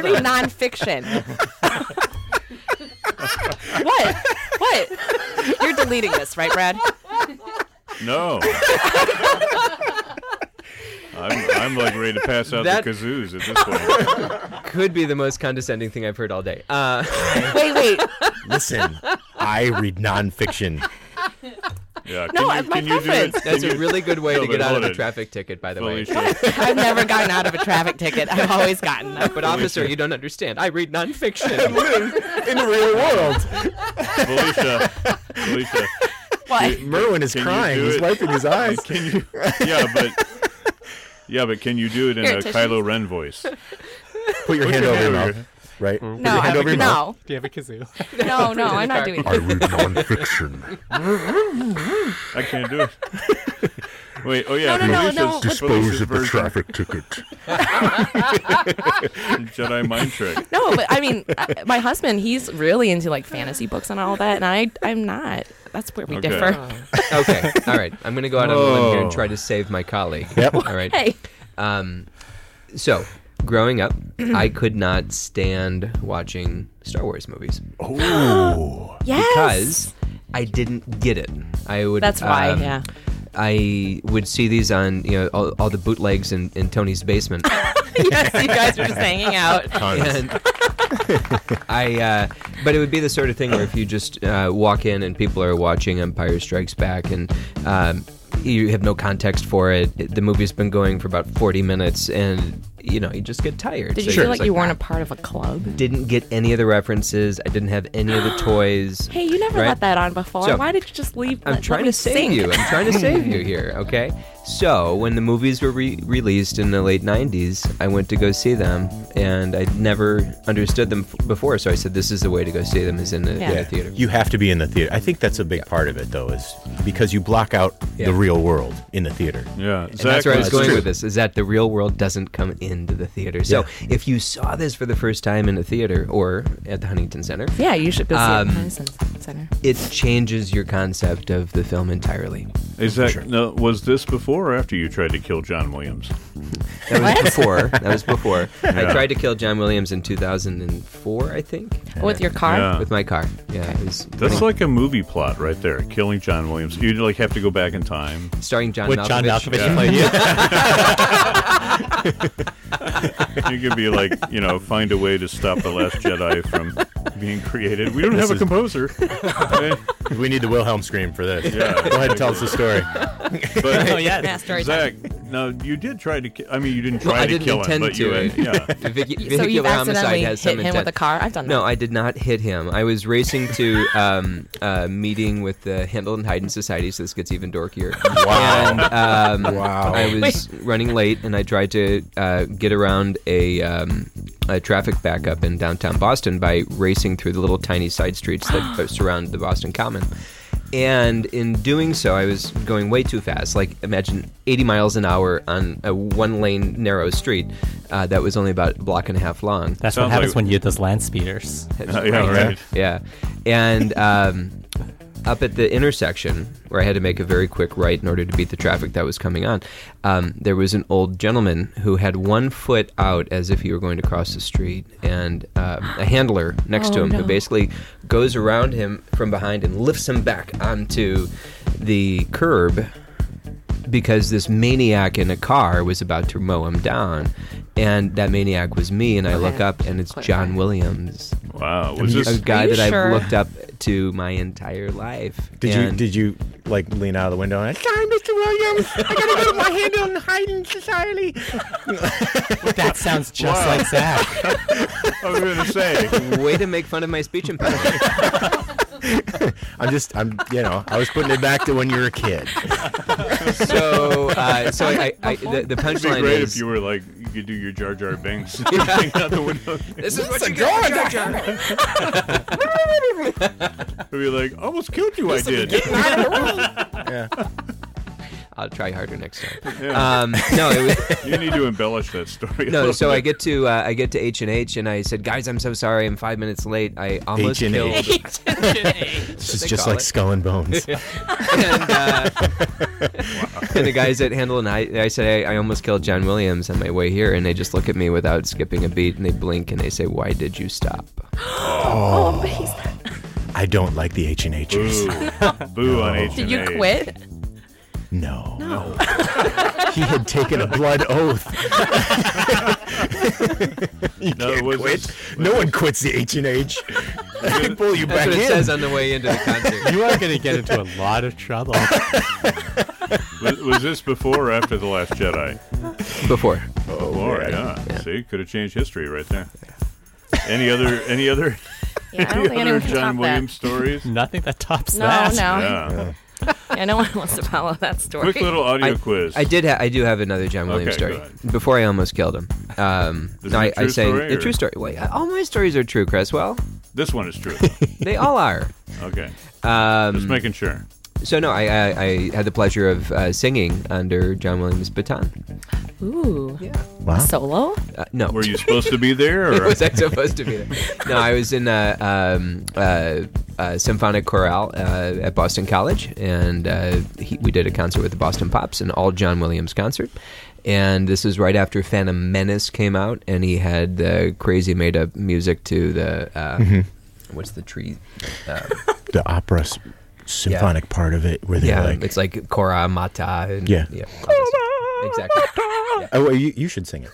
Speaker 4: read nonfiction. what? What? You're deleting this, right, Brad?
Speaker 1: No. I'm, I'm like ready to pass out
Speaker 3: That-
Speaker 1: the kazoos at this point.
Speaker 3: could be the most condescending thing I've heard all day. Uh,
Speaker 4: Wait, wait.
Speaker 2: Listen, I read nonfiction.
Speaker 1: Yeah. Can
Speaker 4: No,
Speaker 1: you,
Speaker 4: it's my
Speaker 1: can you do it?
Speaker 4: preference.
Speaker 3: That's
Speaker 1: Can
Speaker 3: a
Speaker 1: you-
Speaker 3: really good way
Speaker 1: No,
Speaker 3: to
Speaker 1: but
Speaker 3: get out
Speaker 1: hold
Speaker 3: of a
Speaker 1: it.
Speaker 3: traffic ticket, by the way.
Speaker 1: Felicia,
Speaker 4: I've never gotten out of a traffic ticket. I've always gotten them.
Speaker 3: But officer, you don't understand. I read nonfiction.
Speaker 2: live in the real world.
Speaker 1: Felicia, Felicia.
Speaker 4: Well,
Speaker 2: Merwin is
Speaker 1: Can you
Speaker 2: crying.
Speaker 1: do
Speaker 2: He's
Speaker 1: it?
Speaker 2: wiping his eyes.
Speaker 1: Can you? Yeah, but yeah, but can you do it in
Speaker 4: Here,
Speaker 1: a
Speaker 4: tissues.
Speaker 1: Kylo Ren voice?
Speaker 2: Put your hand
Speaker 1: your
Speaker 2: over your
Speaker 1: hand over
Speaker 2: mouth. Right?
Speaker 4: no, I,
Speaker 2: over your
Speaker 4: no,
Speaker 5: Do you have a kazoo?
Speaker 4: no, no, I'm not
Speaker 3: car.
Speaker 4: doing
Speaker 6: I
Speaker 4: that.
Speaker 6: read nonfiction.
Speaker 1: I can't do it. Wait. Oh yeah.
Speaker 4: No, no, no,
Speaker 1: Felicia's,
Speaker 4: no.
Speaker 6: Dispose
Speaker 1: Felicia's
Speaker 6: of the
Speaker 1: version
Speaker 6: traffic ticket.
Speaker 1: Jedi mind trick.
Speaker 4: No, but I mean, I, my husband, he's really into like fantasy books and all that, and I, I'm not. That's where we
Speaker 1: Okay. Uh,
Speaker 4: differ.
Speaker 3: okay, all right. I'm going to go out on a limb here and
Speaker 1: Whoa.
Speaker 3: try to save my colleague.
Speaker 2: Yep.
Speaker 3: All right.
Speaker 4: Hey,
Speaker 3: Um, so, growing up, I could not stand watching Star Wars movies
Speaker 4: yes.
Speaker 3: because I didn't get it. I would.
Speaker 4: That's why,
Speaker 3: um,
Speaker 4: yeah.
Speaker 3: I would see these on you know all, all the bootlegs in, in Tony's basement.
Speaker 4: yes, you guys were just hanging out.
Speaker 3: and I, uh, but it would be the sort of thing where if you just uh, walk in and people are watching Empire Strikes Back and um, you have no context for it, it- the movie's been going for about forty minutes, and you know you just get tired. So
Speaker 4: Did you
Speaker 3: you're
Speaker 4: feel
Speaker 3: just
Speaker 4: like you weren't a part of a club?
Speaker 3: Didn't get any of the references. I didn't have any of the toys.
Speaker 4: Hey, you never
Speaker 3: right?
Speaker 4: let that on before.
Speaker 3: So-
Speaker 4: Why did you just leave?
Speaker 3: I'm
Speaker 4: let-
Speaker 3: trying
Speaker 4: let me
Speaker 3: to save
Speaker 4: sing?
Speaker 3: you. I'm trying to save you here, okay? So, when the movies were re- released in the late 90s, I went to go see them, and I'd never understood them f- before, so I said, this is the way to go see them, is in the, in
Speaker 4: Yeah.
Speaker 3: the theater.
Speaker 2: You have to be in the theater. I think that's a big part of it, though, is because you block out
Speaker 3: Yeah.
Speaker 2: the real world in the theater.
Speaker 1: Yeah.
Speaker 3: And that's where I was
Speaker 2: That's
Speaker 3: going
Speaker 2: true.
Speaker 3: with this, is that the real world doesn't come into the theater. So, if you saw this for the first time in a theater or at the Huntington Center,
Speaker 4: Yeah, you should go see
Speaker 3: Um,
Speaker 4: it. Madison Center.
Speaker 3: it changes your concept of the film entirely.
Speaker 1: Is that no, was this before or after you tried to kill John Williams?
Speaker 3: That was before. That was before. I
Speaker 1: Yeah.
Speaker 3: tried to kill John Williams in 2004, I think.
Speaker 4: Oh, With your car?
Speaker 1: Yeah.
Speaker 3: with my car. Yeah, it was
Speaker 1: That's like a movie plot right there. Killing John Williams. You'd like have to go back in time.
Speaker 3: starring John
Speaker 5: Would
Speaker 3: Malkovich.
Speaker 5: John Malkovich
Speaker 1: Yeah.
Speaker 5: play you?
Speaker 1: You could be like, you know, find a way to stop the Last Jedi from being created. We don't have a
Speaker 2: is-
Speaker 1: composer. Eh,
Speaker 2: We need the Wilhelm scream for this.
Speaker 1: Yeah,
Speaker 2: Go ahead and tell us the story.
Speaker 1: but
Speaker 5: oh yeah.
Speaker 4: Master Story time.
Speaker 1: Zach, now you did try to. Ki- I mean, you didn't
Speaker 3: Well,
Speaker 1: try
Speaker 3: I
Speaker 1: to
Speaker 3: didn't
Speaker 1: kill him,
Speaker 3: intend
Speaker 1: but
Speaker 3: to.
Speaker 1: you. yeah.
Speaker 3: Vehic-
Speaker 4: So you've
Speaker 3: vehicular
Speaker 4: accidentally
Speaker 3: homicide
Speaker 4: hit
Speaker 3: has some
Speaker 4: him with
Speaker 3: intent.
Speaker 4: a car? I've done that.
Speaker 3: No, I did not hit him. I was racing to um, a meeting with the Handel and Haydn Society, so this gets even dorkier. Wow. And, um,
Speaker 6: Wow.
Speaker 3: I was running late, and I tried to uh, get around a, um, a traffic backup in downtown Boston by racing through the little tiny side streets that surround the Boston Common. And in doing so, I was going way too fast. Like, imagine 80 miles an hour on a one lane narrow street uh, that was only about a block and a half long.
Speaker 5: That's
Speaker 1: Sounds
Speaker 5: what happens
Speaker 1: like-
Speaker 5: when you hit those land speeders.
Speaker 1: Uh, yeah, right.
Speaker 3: Yeah. And um, up at the intersection where I had to make a very quick right in order to beat the traffic that was coming on, um, there was an old gentleman who had one foot out as if he were going to cross the street, and uh, a handler next to
Speaker 4: Oh,
Speaker 3: him who
Speaker 4: no.
Speaker 3: basically goes around him from behind and lifts him back onto the curb because this maniac in a car was about to mow him down. And that maniac was me, and I look
Speaker 4: Okay.
Speaker 3: up, and it's
Speaker 4: Clarify.
Speaker 3: John Williams
Speaker 1: Wow. Was
Speaker 3: a
Speaker 1: this?
Speaker 3: guy
Speaker 4: Are you
Speaker 3: that I've
Speaker 4: sure?
Speaker 3: looked up to my entire life.
Speaker 2: Did you
Speaker 3: And
Speaker 2: did you like lean out of the window and
Speaker 7: Hi, Mr. Williams. I gotta go to my handle and hide in society.
Speaker 5: That sounds just
Speaker 1: Wow.
Speaker 5: like Zach.
Speaker 1: I was going to say.
Speaker 3: way to make fun of my speech impediment.
Speaker 2: I'm just I'm you know I was putting it back to when you were a kid.
Speaker 3: so, uh, so I, I, I the, the
Speaker 1: It'd be
Speaker 3: punchline
Speaker 1: great
Speaker 3: is
Speaker 1: if you were like you could do your Jar Jar Binks thing out the window.
Speaker 3: this is what you get. Jar Jar.
Speaker 1: It'd be like almost killed you. I did.
Speaker 3: I'll try harder next time.
Speaker 1: Yeah.
Speaker 3: Um, no, it was,
Speaker 1: you need to embellish that story. a
Speaker 3: no.
Speaker 1: little
Speaker 3: So
Speaker 1: bit.
Speaker 3: I get to uh, I get to H and H, and I said, guys, I'm so sorry. I'm five minutes late. I almost
Speaker 2: H&H.
Speaker 3: killed.
Speaker 2: This is
Speaker 3: they
Speaker 2: just
Speaker 3: call
Speaker 2: like
Speaker 3: it.
Speaker 2: Skull and Bones.
Speaker 3: and, uh, and the guys at Handle and I, I said, I, I almost killed John Williams on my way here. And they just look at me without skipping a beat and they blink and they say, Why did you stop?
Speaker 4: oh, please.
Speaker 2: I don't like the H and Hers.
Speaker 1: Boo, boo on H.
Speaker 4: Did you quit?
Speaker 2: No. No. he had taken a blood oath.
Speaker 1: No, it was
Speaker 2: Quit. No one quits the H and H. I pull you
Speaker 3: That's
Speaker 2: back
Speaker 3: what it
Speaker 2: in.
Speaker 3: says on the way into the concert.
Speaker 5: You are going to get into a lot of trouble.
Speaker 1: was, was this before or after The Last Jedi?
Speaker 3: Before.
Speaker 1: Before, yeah. See, could have changed history right there. Any other, any other,
Speaker 4: Yeah, I don't
Speaker 1: any
Speaker 4: think anyone
Speaker 1: other
Speaker 4: can
Speaker 1: John
Speaker 4: top
Speaker 1: Williams stories?
Speaker 5: Nothing that tops
Speaker 4: that. No,
Speaker 5: that.
Speaker 4: no. Yeah.
Speaker 1: Yeah.
Speaker 4: no one wants to follow that story.
Speaker 1: Quick little audio
Speaker 3: I-
Speaker 1: quiz.
Speaker 3: I did. Ha- I do have another John Williams
Speaker 1: Okay,
Speaker 3: story.
Speaker 1: go
Speaker 3: Before I almost killed him. Um,
Speaker 1: Is
Speaker 3: no,
Speaker 1: it a
Speaker 3: I, I
Speaker 1: true
Speaker 3: say
Speaker 1: story,
Speaker 3: the
Speaker 1: or-
Speaker 3: true story. Wait, all my stories are true, Cresswell.
Speaker 1: This one is true. though.
Speaker 3: They all are.
Speaker 1: okay,
Speaker 3: Um,
Speaker 1: just making sure.
Speaker 3: so no, I, I, I had the pleasure of uh, singing under John Williams' baton.
Speaker 4: Ooh.
Speaker 2: Wow.
Speaker 4: Solo?
Speaker 3: Uh, no,
Speaker 1: Were you supposed to be there? Or?
Speaker 3: was I supposed to be there? No, I was in a, um, uh, uh symphonic chorale uh, at Boston College, and uh, he, we did a concert with the Boston Pops, an all John Williams concert. And this is right after Phantom Menace came out, and he had the crazy made up music to the uh,
Speaker 2: Mm-hmm.
Speaker 3: what's the tree? Uh,
Speaker 2: the opera s- symphonic part of it, where they're
Speaker 3: yeah,
Speaker 2: like,
Speaker 3: it's like Cora Mata. And,
Speaker 2: Yeah.
Speaker 3: all this- exactly. Yeah.
Speaker 2: oh, well, you, you should sing it.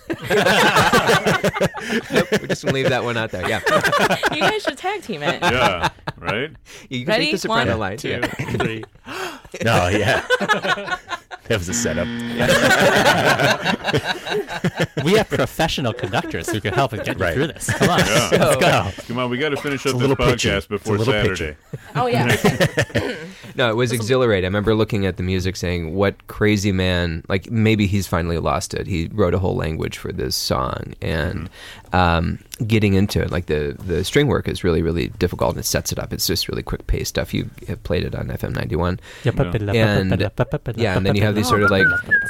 Speaker 3: Nope, we're just gonna leave that one out there. Yeah,
Speaker 4: you guys should tag team it.
Speaker 1: Yeah, right.
Speaker 3: you can
Speaker 4: Ready?
Speaker 3: take the soprano
Speaker 4: One,
Speaker 3: line.
Speaker 1: two,
Speaker 3: yeah.
Speaker 5: three.
Speaker 2: No, yeah, that was a setup.
Speaker 5: We have professional conductors who can help us get
Speaker 2: Right.
Speaker 5: you through this. Come on, let's go.
Speaker 1: Come on, we got to finish up
Speaker 2: a
Speaker 1: this
Speaker 2: little
Speaker 1: podcast
Speaker 2: pitchy. It's a
Speaker 1: before
Speaker 2: little pitchy.
Speaker 1: Saturday.
Speaker 4: Oh, yeah.
Speaker 3: No, it was exhilarating. I remember looking at the music saying, What crazy man, like maybe he's finally lost it. He wrote a whole language for this song and um, getting into it. Like the, the string work is really, really difficult and it sets it up. It's just really quick paced stuff. You have played it on FM 91. And, yeah, and then you have these sort of like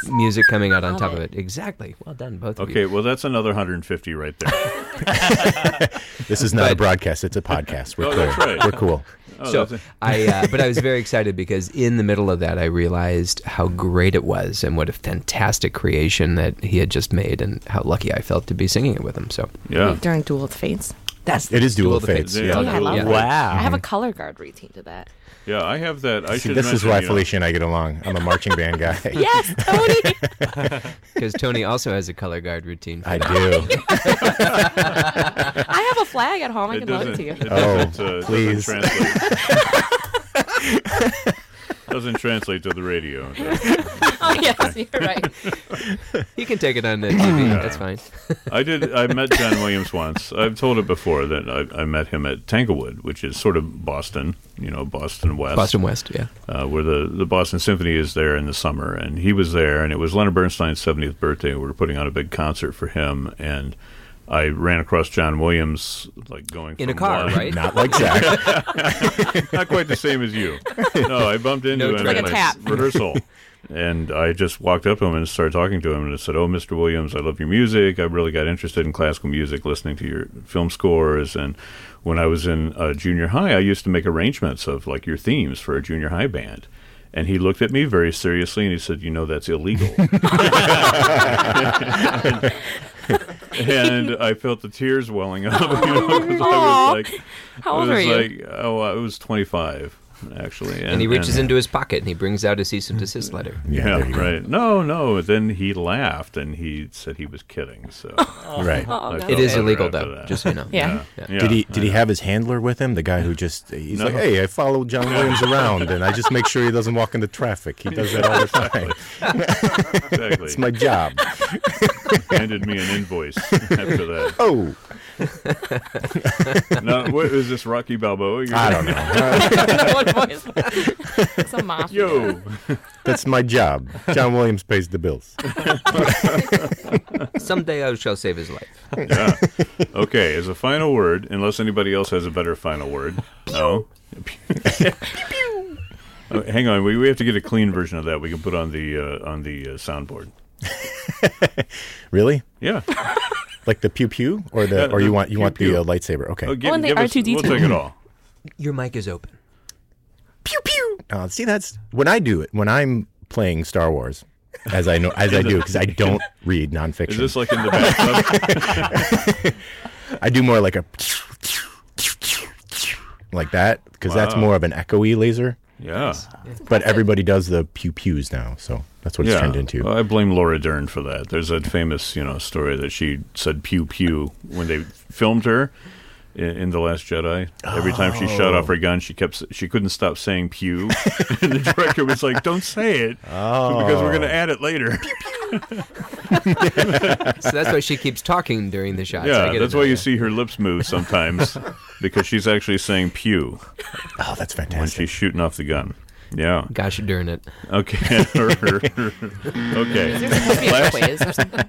Speaker 3: music coming out on top of it. Exactly. Well done, both of you.
Speaker 1: Okay, well that's another 150 right there.
Speaker 2: This is not a
Speaker 3: But-
Speaker 2: broadcast; it's a podcast. We're
Speaker 1: Oh,
Speaker 2: cool.
Speaker 1: that's right.
Speaker 2: We're cool.
Speaker 1: Oh,
Speaker 3: so
Speaker 1: that's a-
Speaker 3: I, uh, but I was very excited because in the middle of that, I realized how great it was and what a fantastic creation that he had just made, and how lucky I felt to be singing it with him. So
Speaker 1: yeah.
Speaker 4: During Duel of Fates.
Speaker 3: that's
Speaker 2: It is dual,
Speaker 3: Duel
Speaker 2: of
Speaker 3: of the Oh,
Speaker 2: fates.
Speaker 1: Fates.
Speaker 2: Yeah.
Speaker 1: Yeah.
Speaker 4: I love
Speaker 3: Yeah.
Speaker 4: that.
Speaker 5: Wow.
Speaker 4: I have a color guard routine to that.
Speaker 1: Yeah, I have that. I
Speaker 2: See,
Speaker 1: should
Speaker 2: this is
Speaker 1: mention, uh,
Speaker 2: why
Speaker 1: you know,
Speaker 2: Felicia and I get along. I'm a marching band guy.
Speaker 4: Yes, Tony.
Speaker 3: because Tony also has a color guard routine.
Speaker 2: I do.
Speaker 4: I have a flag at home. I
Speaker 1: It
Speaker 4: can loan it
Speaker 1: doesn't.
Speaker 4: to you.
Speaker 1: It doesn't,
Speaker 2: Oh,
Speaker 1: uh,
Speaker 2: please.
Speaker 1: doesn't translate. doesn't translate to the radio. does it?
Speaker 4: Oh, yes, you're right.
Speaker 3: He can take it on the TV. That's fine.
Speaker 1: I did. I met John Williams once. I've told it before that I, I met him at Tanglewood, which is sort of Boston. You know, Boston West.
Speaker 3: Boston West, yeah.
Speaker 1: uh, where the, the Boston Symphony is there in the summer. And he was there, and it was Leonard Bernstein's 70th birthday. We were putting on a big concert for him, and I ran across John Williams, like going
Speaker 3: In a
Speaker 1: from
Speaker 3: car,
Speaker 1: one-
Speaker 3: right?
Speaker 2: Not like Zach.
Speaker 1: Not quite the same as you. No, I bumped into
Speaker 3: No
Speaker 1: him at
Speaker 3: dress.
Speaker 4: Like a
Speaker 1: my
Speaker 4: tap.
Speaker 1: rehearsal. And I just walked up to him and started talking to him, and I said, "Oh, Mr. Williams, I love your music. I really got interested in classical music, listening to your film scores. And when I was in uh, junior high, I used to make arrangements of like your themes for a junior high band." And he looked at me very seriously, and he said, "You know, that's illegal." and I felt the tears welling up. You know, 'cause I
Speaker 4: Aw.
Speaker 1: was like,
Speaker 4: How old
Speaker 1: it
Speaker 4: are
Speaker 1: was
Speaker 4: you?
Speaker 1: like oh, I was 25 actually,
Speaker 3: And he reaches into his pocket and he brings out a cease and desist letter.
Speaker 1: Yeah,
Speaker 2: there you go.
Speaker 1: right. No, no. Then he laughed and he said he was kidding. So
Speaker 2: Right.
Speaker 4: Oh, no.
Speaker 3: It is
Speaker 1: After
Speaker 3: illegal,
Speaker 1: that.
Speaker 3: though. Just so you know.
Speaker 4: Yeah.
Speaker 1: Yeah,
Speaker 2: Did he
Speaker 1: I
Speaker 2: did he
Speaker 1: know.
Speaker 2: have his handler with him? The guy who just he's
Speaker 1: No.
Speaker 2: like, hey, I follow John Williams around, and I just make sure he doesn't walk into traffic. He does that all the time.
Speaker 1: exactly?
Speaker 2: It's my job.
Speaker 1: handed me an invoice after that.
Speaker 2: Oh,
Speaker 1: Now, what is this, Rocky Balboa? You're
Speaker 2: I don't know.
Speaker 4: One voice. it's a mafia.
Speaker 1: Yo,
Speaker 2: That's my job. John Williams pays the bills.
Speaker 3: Someday I shall save his life.
Speaker 1: okay. As a final word, unless anybody else has a better final word, no. Oh, hang on, we, we have to get a clean version of that. We can put on the uh, on the uh, soundboard.
Speaker 2: Really?
Speaker 1: Yeah,
Speaker 2: Like the pew pew, or the or you want you want the uh, lightsaber? Okay.
Speaker 1: Oh, give,
Speaker 4: and the
Speaker 1: give us-
Speaker 4: R2D2.
Speaker 1: We'll take it all.
Speaker 3: Your mic is open.
Speaker 2: pew pew. Uh, see, that's when I do it. When I'm playing Star Wars, as I know as I do, because I don't read nonfiction.
Speaker 1: Is this like in the bathtub?
Speaker 2: I do more like a like that because that's
Speaker 1: Wow.
Speaker 2: more of an echoey laser.
Speaker 1: yeah.
Speaker 2: But everybody does the pew pews now, so that's what it's turned into.
Speaker 1: Well, I blame Laura Dern for that. There's that famous, you know, story that she said pew pew when they filmed her. in, in the Last Jedi. Every time she shot off
Speaker 2: Oh.
Speaker 1: her gun, she kept she couldn't stop saying "pew," and the director was like, "Don't say it
Speaker 2: Oh.
Speaker 1: because we're going to add it later."
Speaker 3: So that's why she keeps talking during the shots. I
Speaker 1: yeah,
Speaker 3: get it
Speaker 1: that's why
Speaker 3: now,
Speaker 1: you
Speaker 3: yeah.
Speaker 1: see her lips move sometimes because she's actually saying "pew"
Speaker 2: Oh, that's
Speaker 1: when
Speaker 2: fantastic.
Speaker 1: she's shooting off the gun. Yeah.
Speaker 3: Gosh darn it.
Speaker 1: Okay.
Speaker 4: There's
Speaker 1: okay.
Speaker 4: supposed to be a quiz or something.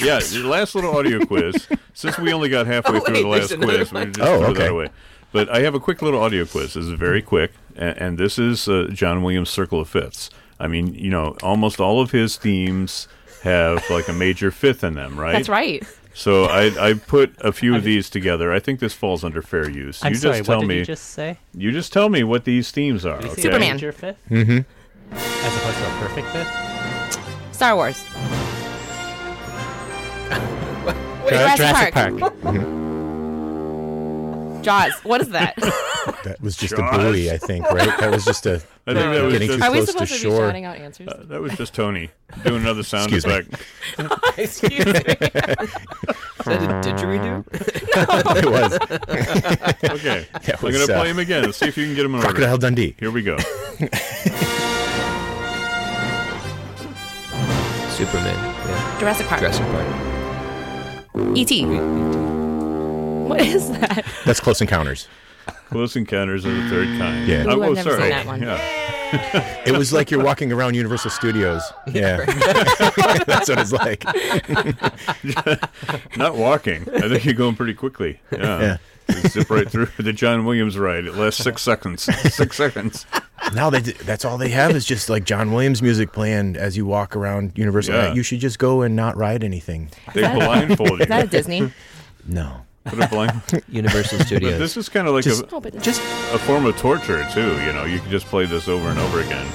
Speaker 1: Yeah, your last little audio quiz. Since we only got halfway
Speaker 3: Oh,
Speaker 1: through
Speaker 3: wait,
Speaker 1: the
Speaker 3: there's
Speaker 1: last
Speaker 3: another
Speaker 1: quiz, we
Speaker 3: one.
Speaker 1: just
Speaker 2: Oh,
Speaker 1: threw
Speaker 2: okay.
Speaker 1: that away. But I have a quick little audio quiz. This is very quick, and, and this is uh, John Williams' Circle of Fifths. I mean, you know, almost all of his themes have like a major fifth in them, right?
Speaker 4: That's right.
Speaker 1: So I, I put a few of these together. I think this falls under fair use.
Speaker 5: I'm
Speaker 1: you
Speaker 5: sorry,
Speaker 1: just tell
Speaker 5: what did
Speaker 1: me.
Speaker 5: you just say?
Speaker 1: you just tell me what these themes are.
Speaker 5: Did you
Speaker 1: Okay?
Speaker 5: say a
Speaker 4: Superman.
Speaker 5: major fifth? As opposed to a perfect fifth?
Speaker 4: Star Wars.
Speaker 5: Jurassic,
Speaker 4: Jurassic
Speaker 5: Park.
Speaker 4: Jaws. What is that?
Speaker 2: that was just
Speaker 1: Josh.
Speaker 2: a buoy, I think, right? That was just a
Speaker 1: I think that was
Speaker 2: getting
Speaker 1: just, uh,
Speaker 2: too
Speaker 4: Are we
Speaker 2: close to
Speaker 4: supposed to, be
Speaker 2: shore.
Speaker 4: shouting out answers?
Speaker 1: that was just Tony doing another sound
Speaker 2: Excuse me.
Speaker 1: effect.
Speaker 4: Excuse me.
Speaker 3: Is that a didgeridoo?
Speaker 2: it was
Speaker 1: Okay,
Speaker 2: That
Speaker 1: I'm
Speaker 2: was,
Speaker 1: gonna
Speaker 2: uh,
Speaker 1: play him again. Let's see if you can get him in order.
Speaker 2: Crocodile Dundee.
Speaker 1: Here we go.
Speaker 3: Superman. Yeah.
Speaker 4: Jurassic Park.
Speaker 3: Jurassic Park.
Speaker 4: E.T. What is that?
Speaker 2: That's Close Encounters.
Speaker 1: Close Encounters of the Third Kind.
Speaker 2: Yeah.
Speaker 1: oh,
Speaker 4: Ooh, I've never
Speaker 1: sorry.
Speaker 4: seen that one.
Speaker 1: Yeah.
Speaker 2: It was like you're walking around Universal Studios. Yeah, that's what it's like.
Speaker 1: Not walking. I think you're going pretty quickly. Yeah.
Speaker 2: Yeah.
Speaker 1: You Zip right through the John Williams ride. It lasts six seconds. Six seconds.
Speaker 2: Now they d- that's all they have is just like John Williams music playing as you walk around Universal.
Speaker 1: Yeah.
Speaker 2: You should just go and not ride anything.
Speaker 1: They blindfold you.
Speaker 4: Is that a Disney?
Speaker 2: No.
Speaker 1: Put a blind-
Speaker 3: Universal
Speaker 1: But
Speaker 3: Studios.
Speaker 1: this is kind of like
Speaker 2: Just-
Speaker 1: a,
Speaker 4: Oh, but it's-
Speaker 2: Just
Speaker 1: a form of torture too. You know, you can just play this over and over again.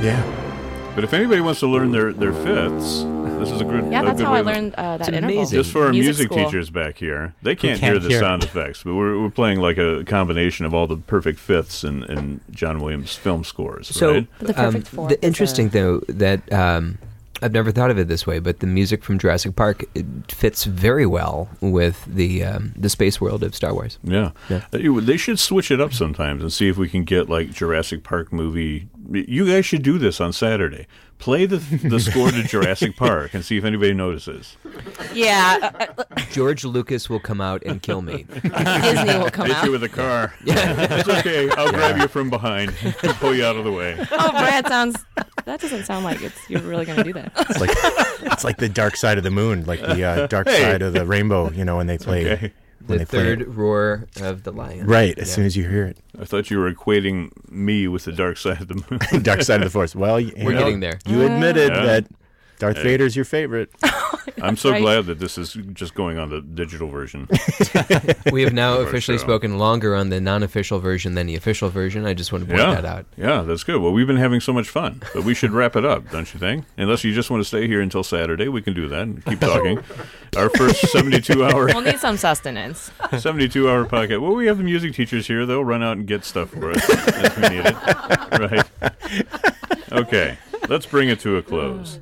Speaker 2: yeah.
Speaker 1: But if anybody wants to learn their their fifths, this is a good.
Speaker 4: yeah,
Speaker 1: a
Speaker 4: that's
Speaker 1: good
Speaker 4: how
Speaker 1: way
Speaker 4: I
Speaker 1: to-
Speaker 4: learned uh,
Speaker 3: It's
Speaker 4: that interval.
Speaker 3: amazing.
Speaker 1: Just for our music,
Speaker 4: Music school.
Speaker 1: teachers back here, they can't,
Speaker 5: can't
Speaker 1: hear the
Speaker 5: hear it.
Speaker 1: sound effects, but we're, we're playing like a combination of all the perfect fifths and, and John Williams film scores.
Speaker 3: So um,
Speaker 1: right?
Speaker 4: But the perfect four is
Speaker 3: the
Speaker 4: a-
Speaker 3: interesting though that um, I've never thought of it this way, but the music from Jurassic Park it fits very well with the um, the space world of Star Wars.
Speaker 1: Yeah.
Speaker 3: Yeah.
Speaker 1: Uh, you- They should switch it up sometimes and see if we can get like Jurassic Park movie. You guys should do this on Saturday. Play the the score to Jurassic Park and see if anybody notices.
Speaker 4: Yeah, uh,
Speaker 3: George Lucas will come out and kill me.
Speaker 4: uh, Disney will come
Speaker 1: Hit you
Speaker 4: out.
Speaker 1: with a car. it's okay. I'll grab you from behind and pull you out of the way.
Speaker 4: Oh, Brad sounds. That doesn't sound like it's. You're really gonna do that.
Speaker 2: It's like it's like the dark side of the moon, like the uh, dark
Speaker 1: Hey.
Speaker 2: side of the rainbow. You know when they play
Speaker 1: Okay.
Speaker 2: when they
Speaker 3: the
Speaker 2: play it.
Speaker 3: third roar of the lion.
Speaker 2: right as
Speaker 3: Yeah.
Speaker 2: soon as you hear it.
Speaker 1: I thought you were equating me with the dark side of the moon.
Speaker 2: dark side of the force. Well, you,
Speaker 3: We're
Speaker 2: you know,
Speaker 3: getting there.
Speaker 2: You admitted
Speaker 1: Yeah.
Speaker 2: that Darth Vader's your favorite.
Speaker 1: I'm so
Speaker 4: Right.
Speaker 1: glad that this is just going on the digital version.
Speaker 3: We have now officially
Speaker 1: sure.
Speaker 3: spoken longer on the non-official version than the official version. I just want to point
Speaker 1: yeah,
Speaker 3: that out.
Speaker 1: yeah, that's good. Well, we've been having so much fun, but we should wrap it up, don't you think? Unless you just want to stay here until Saturday, we can do that and keep talking. Our first 72 hour
Speaker 4: We'll need some sustenance.
Speaker 1: 72 hour pocket. Well, we have the music teachers here; they'll run out and get stuff for us if we need it. Right? Okay, let's bring it to a close.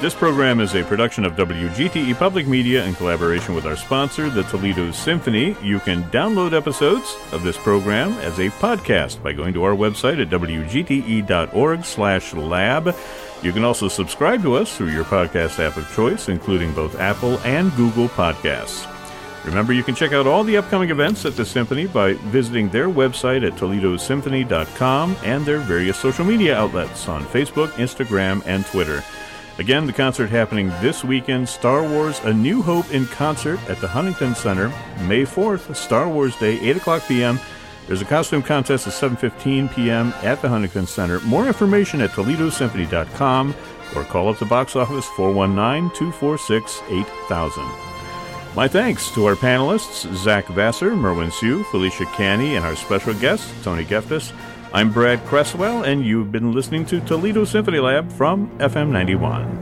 Speaker 1: This program is a production of WGTE E Public Media in collaboration with our sponsor, the Toledo Symphony. You can download episodes of this program as a podcast by going to our website at E wgte.org/lab. You can also subscribe to us through your podcast app of choice, including both Apple and Google Podcasts. Remember, you can check out all the upcoming events at the Symphony by visiting their website at toledosymphony.com and their various social media outlets on Facebook, Instagram, and Twitter. Again, the concert happening this weekend Star Wars A New Hope in concert at the Huntington Center, May 4th, Star Wars Day, 8 o'clock p.m. There's a costume contest at 7.15 p.m. at the Huntington Center. More information at toledosymphony.com or call up the box office 419 246 8000. My thanks to our panelists, Zach Vassar, Merwin Sue, Felicia Canny, and our special guest, Tony Geftis. I'm Brad Cresswell, and you've been listening to Toledo Symphony Lab from FM 91.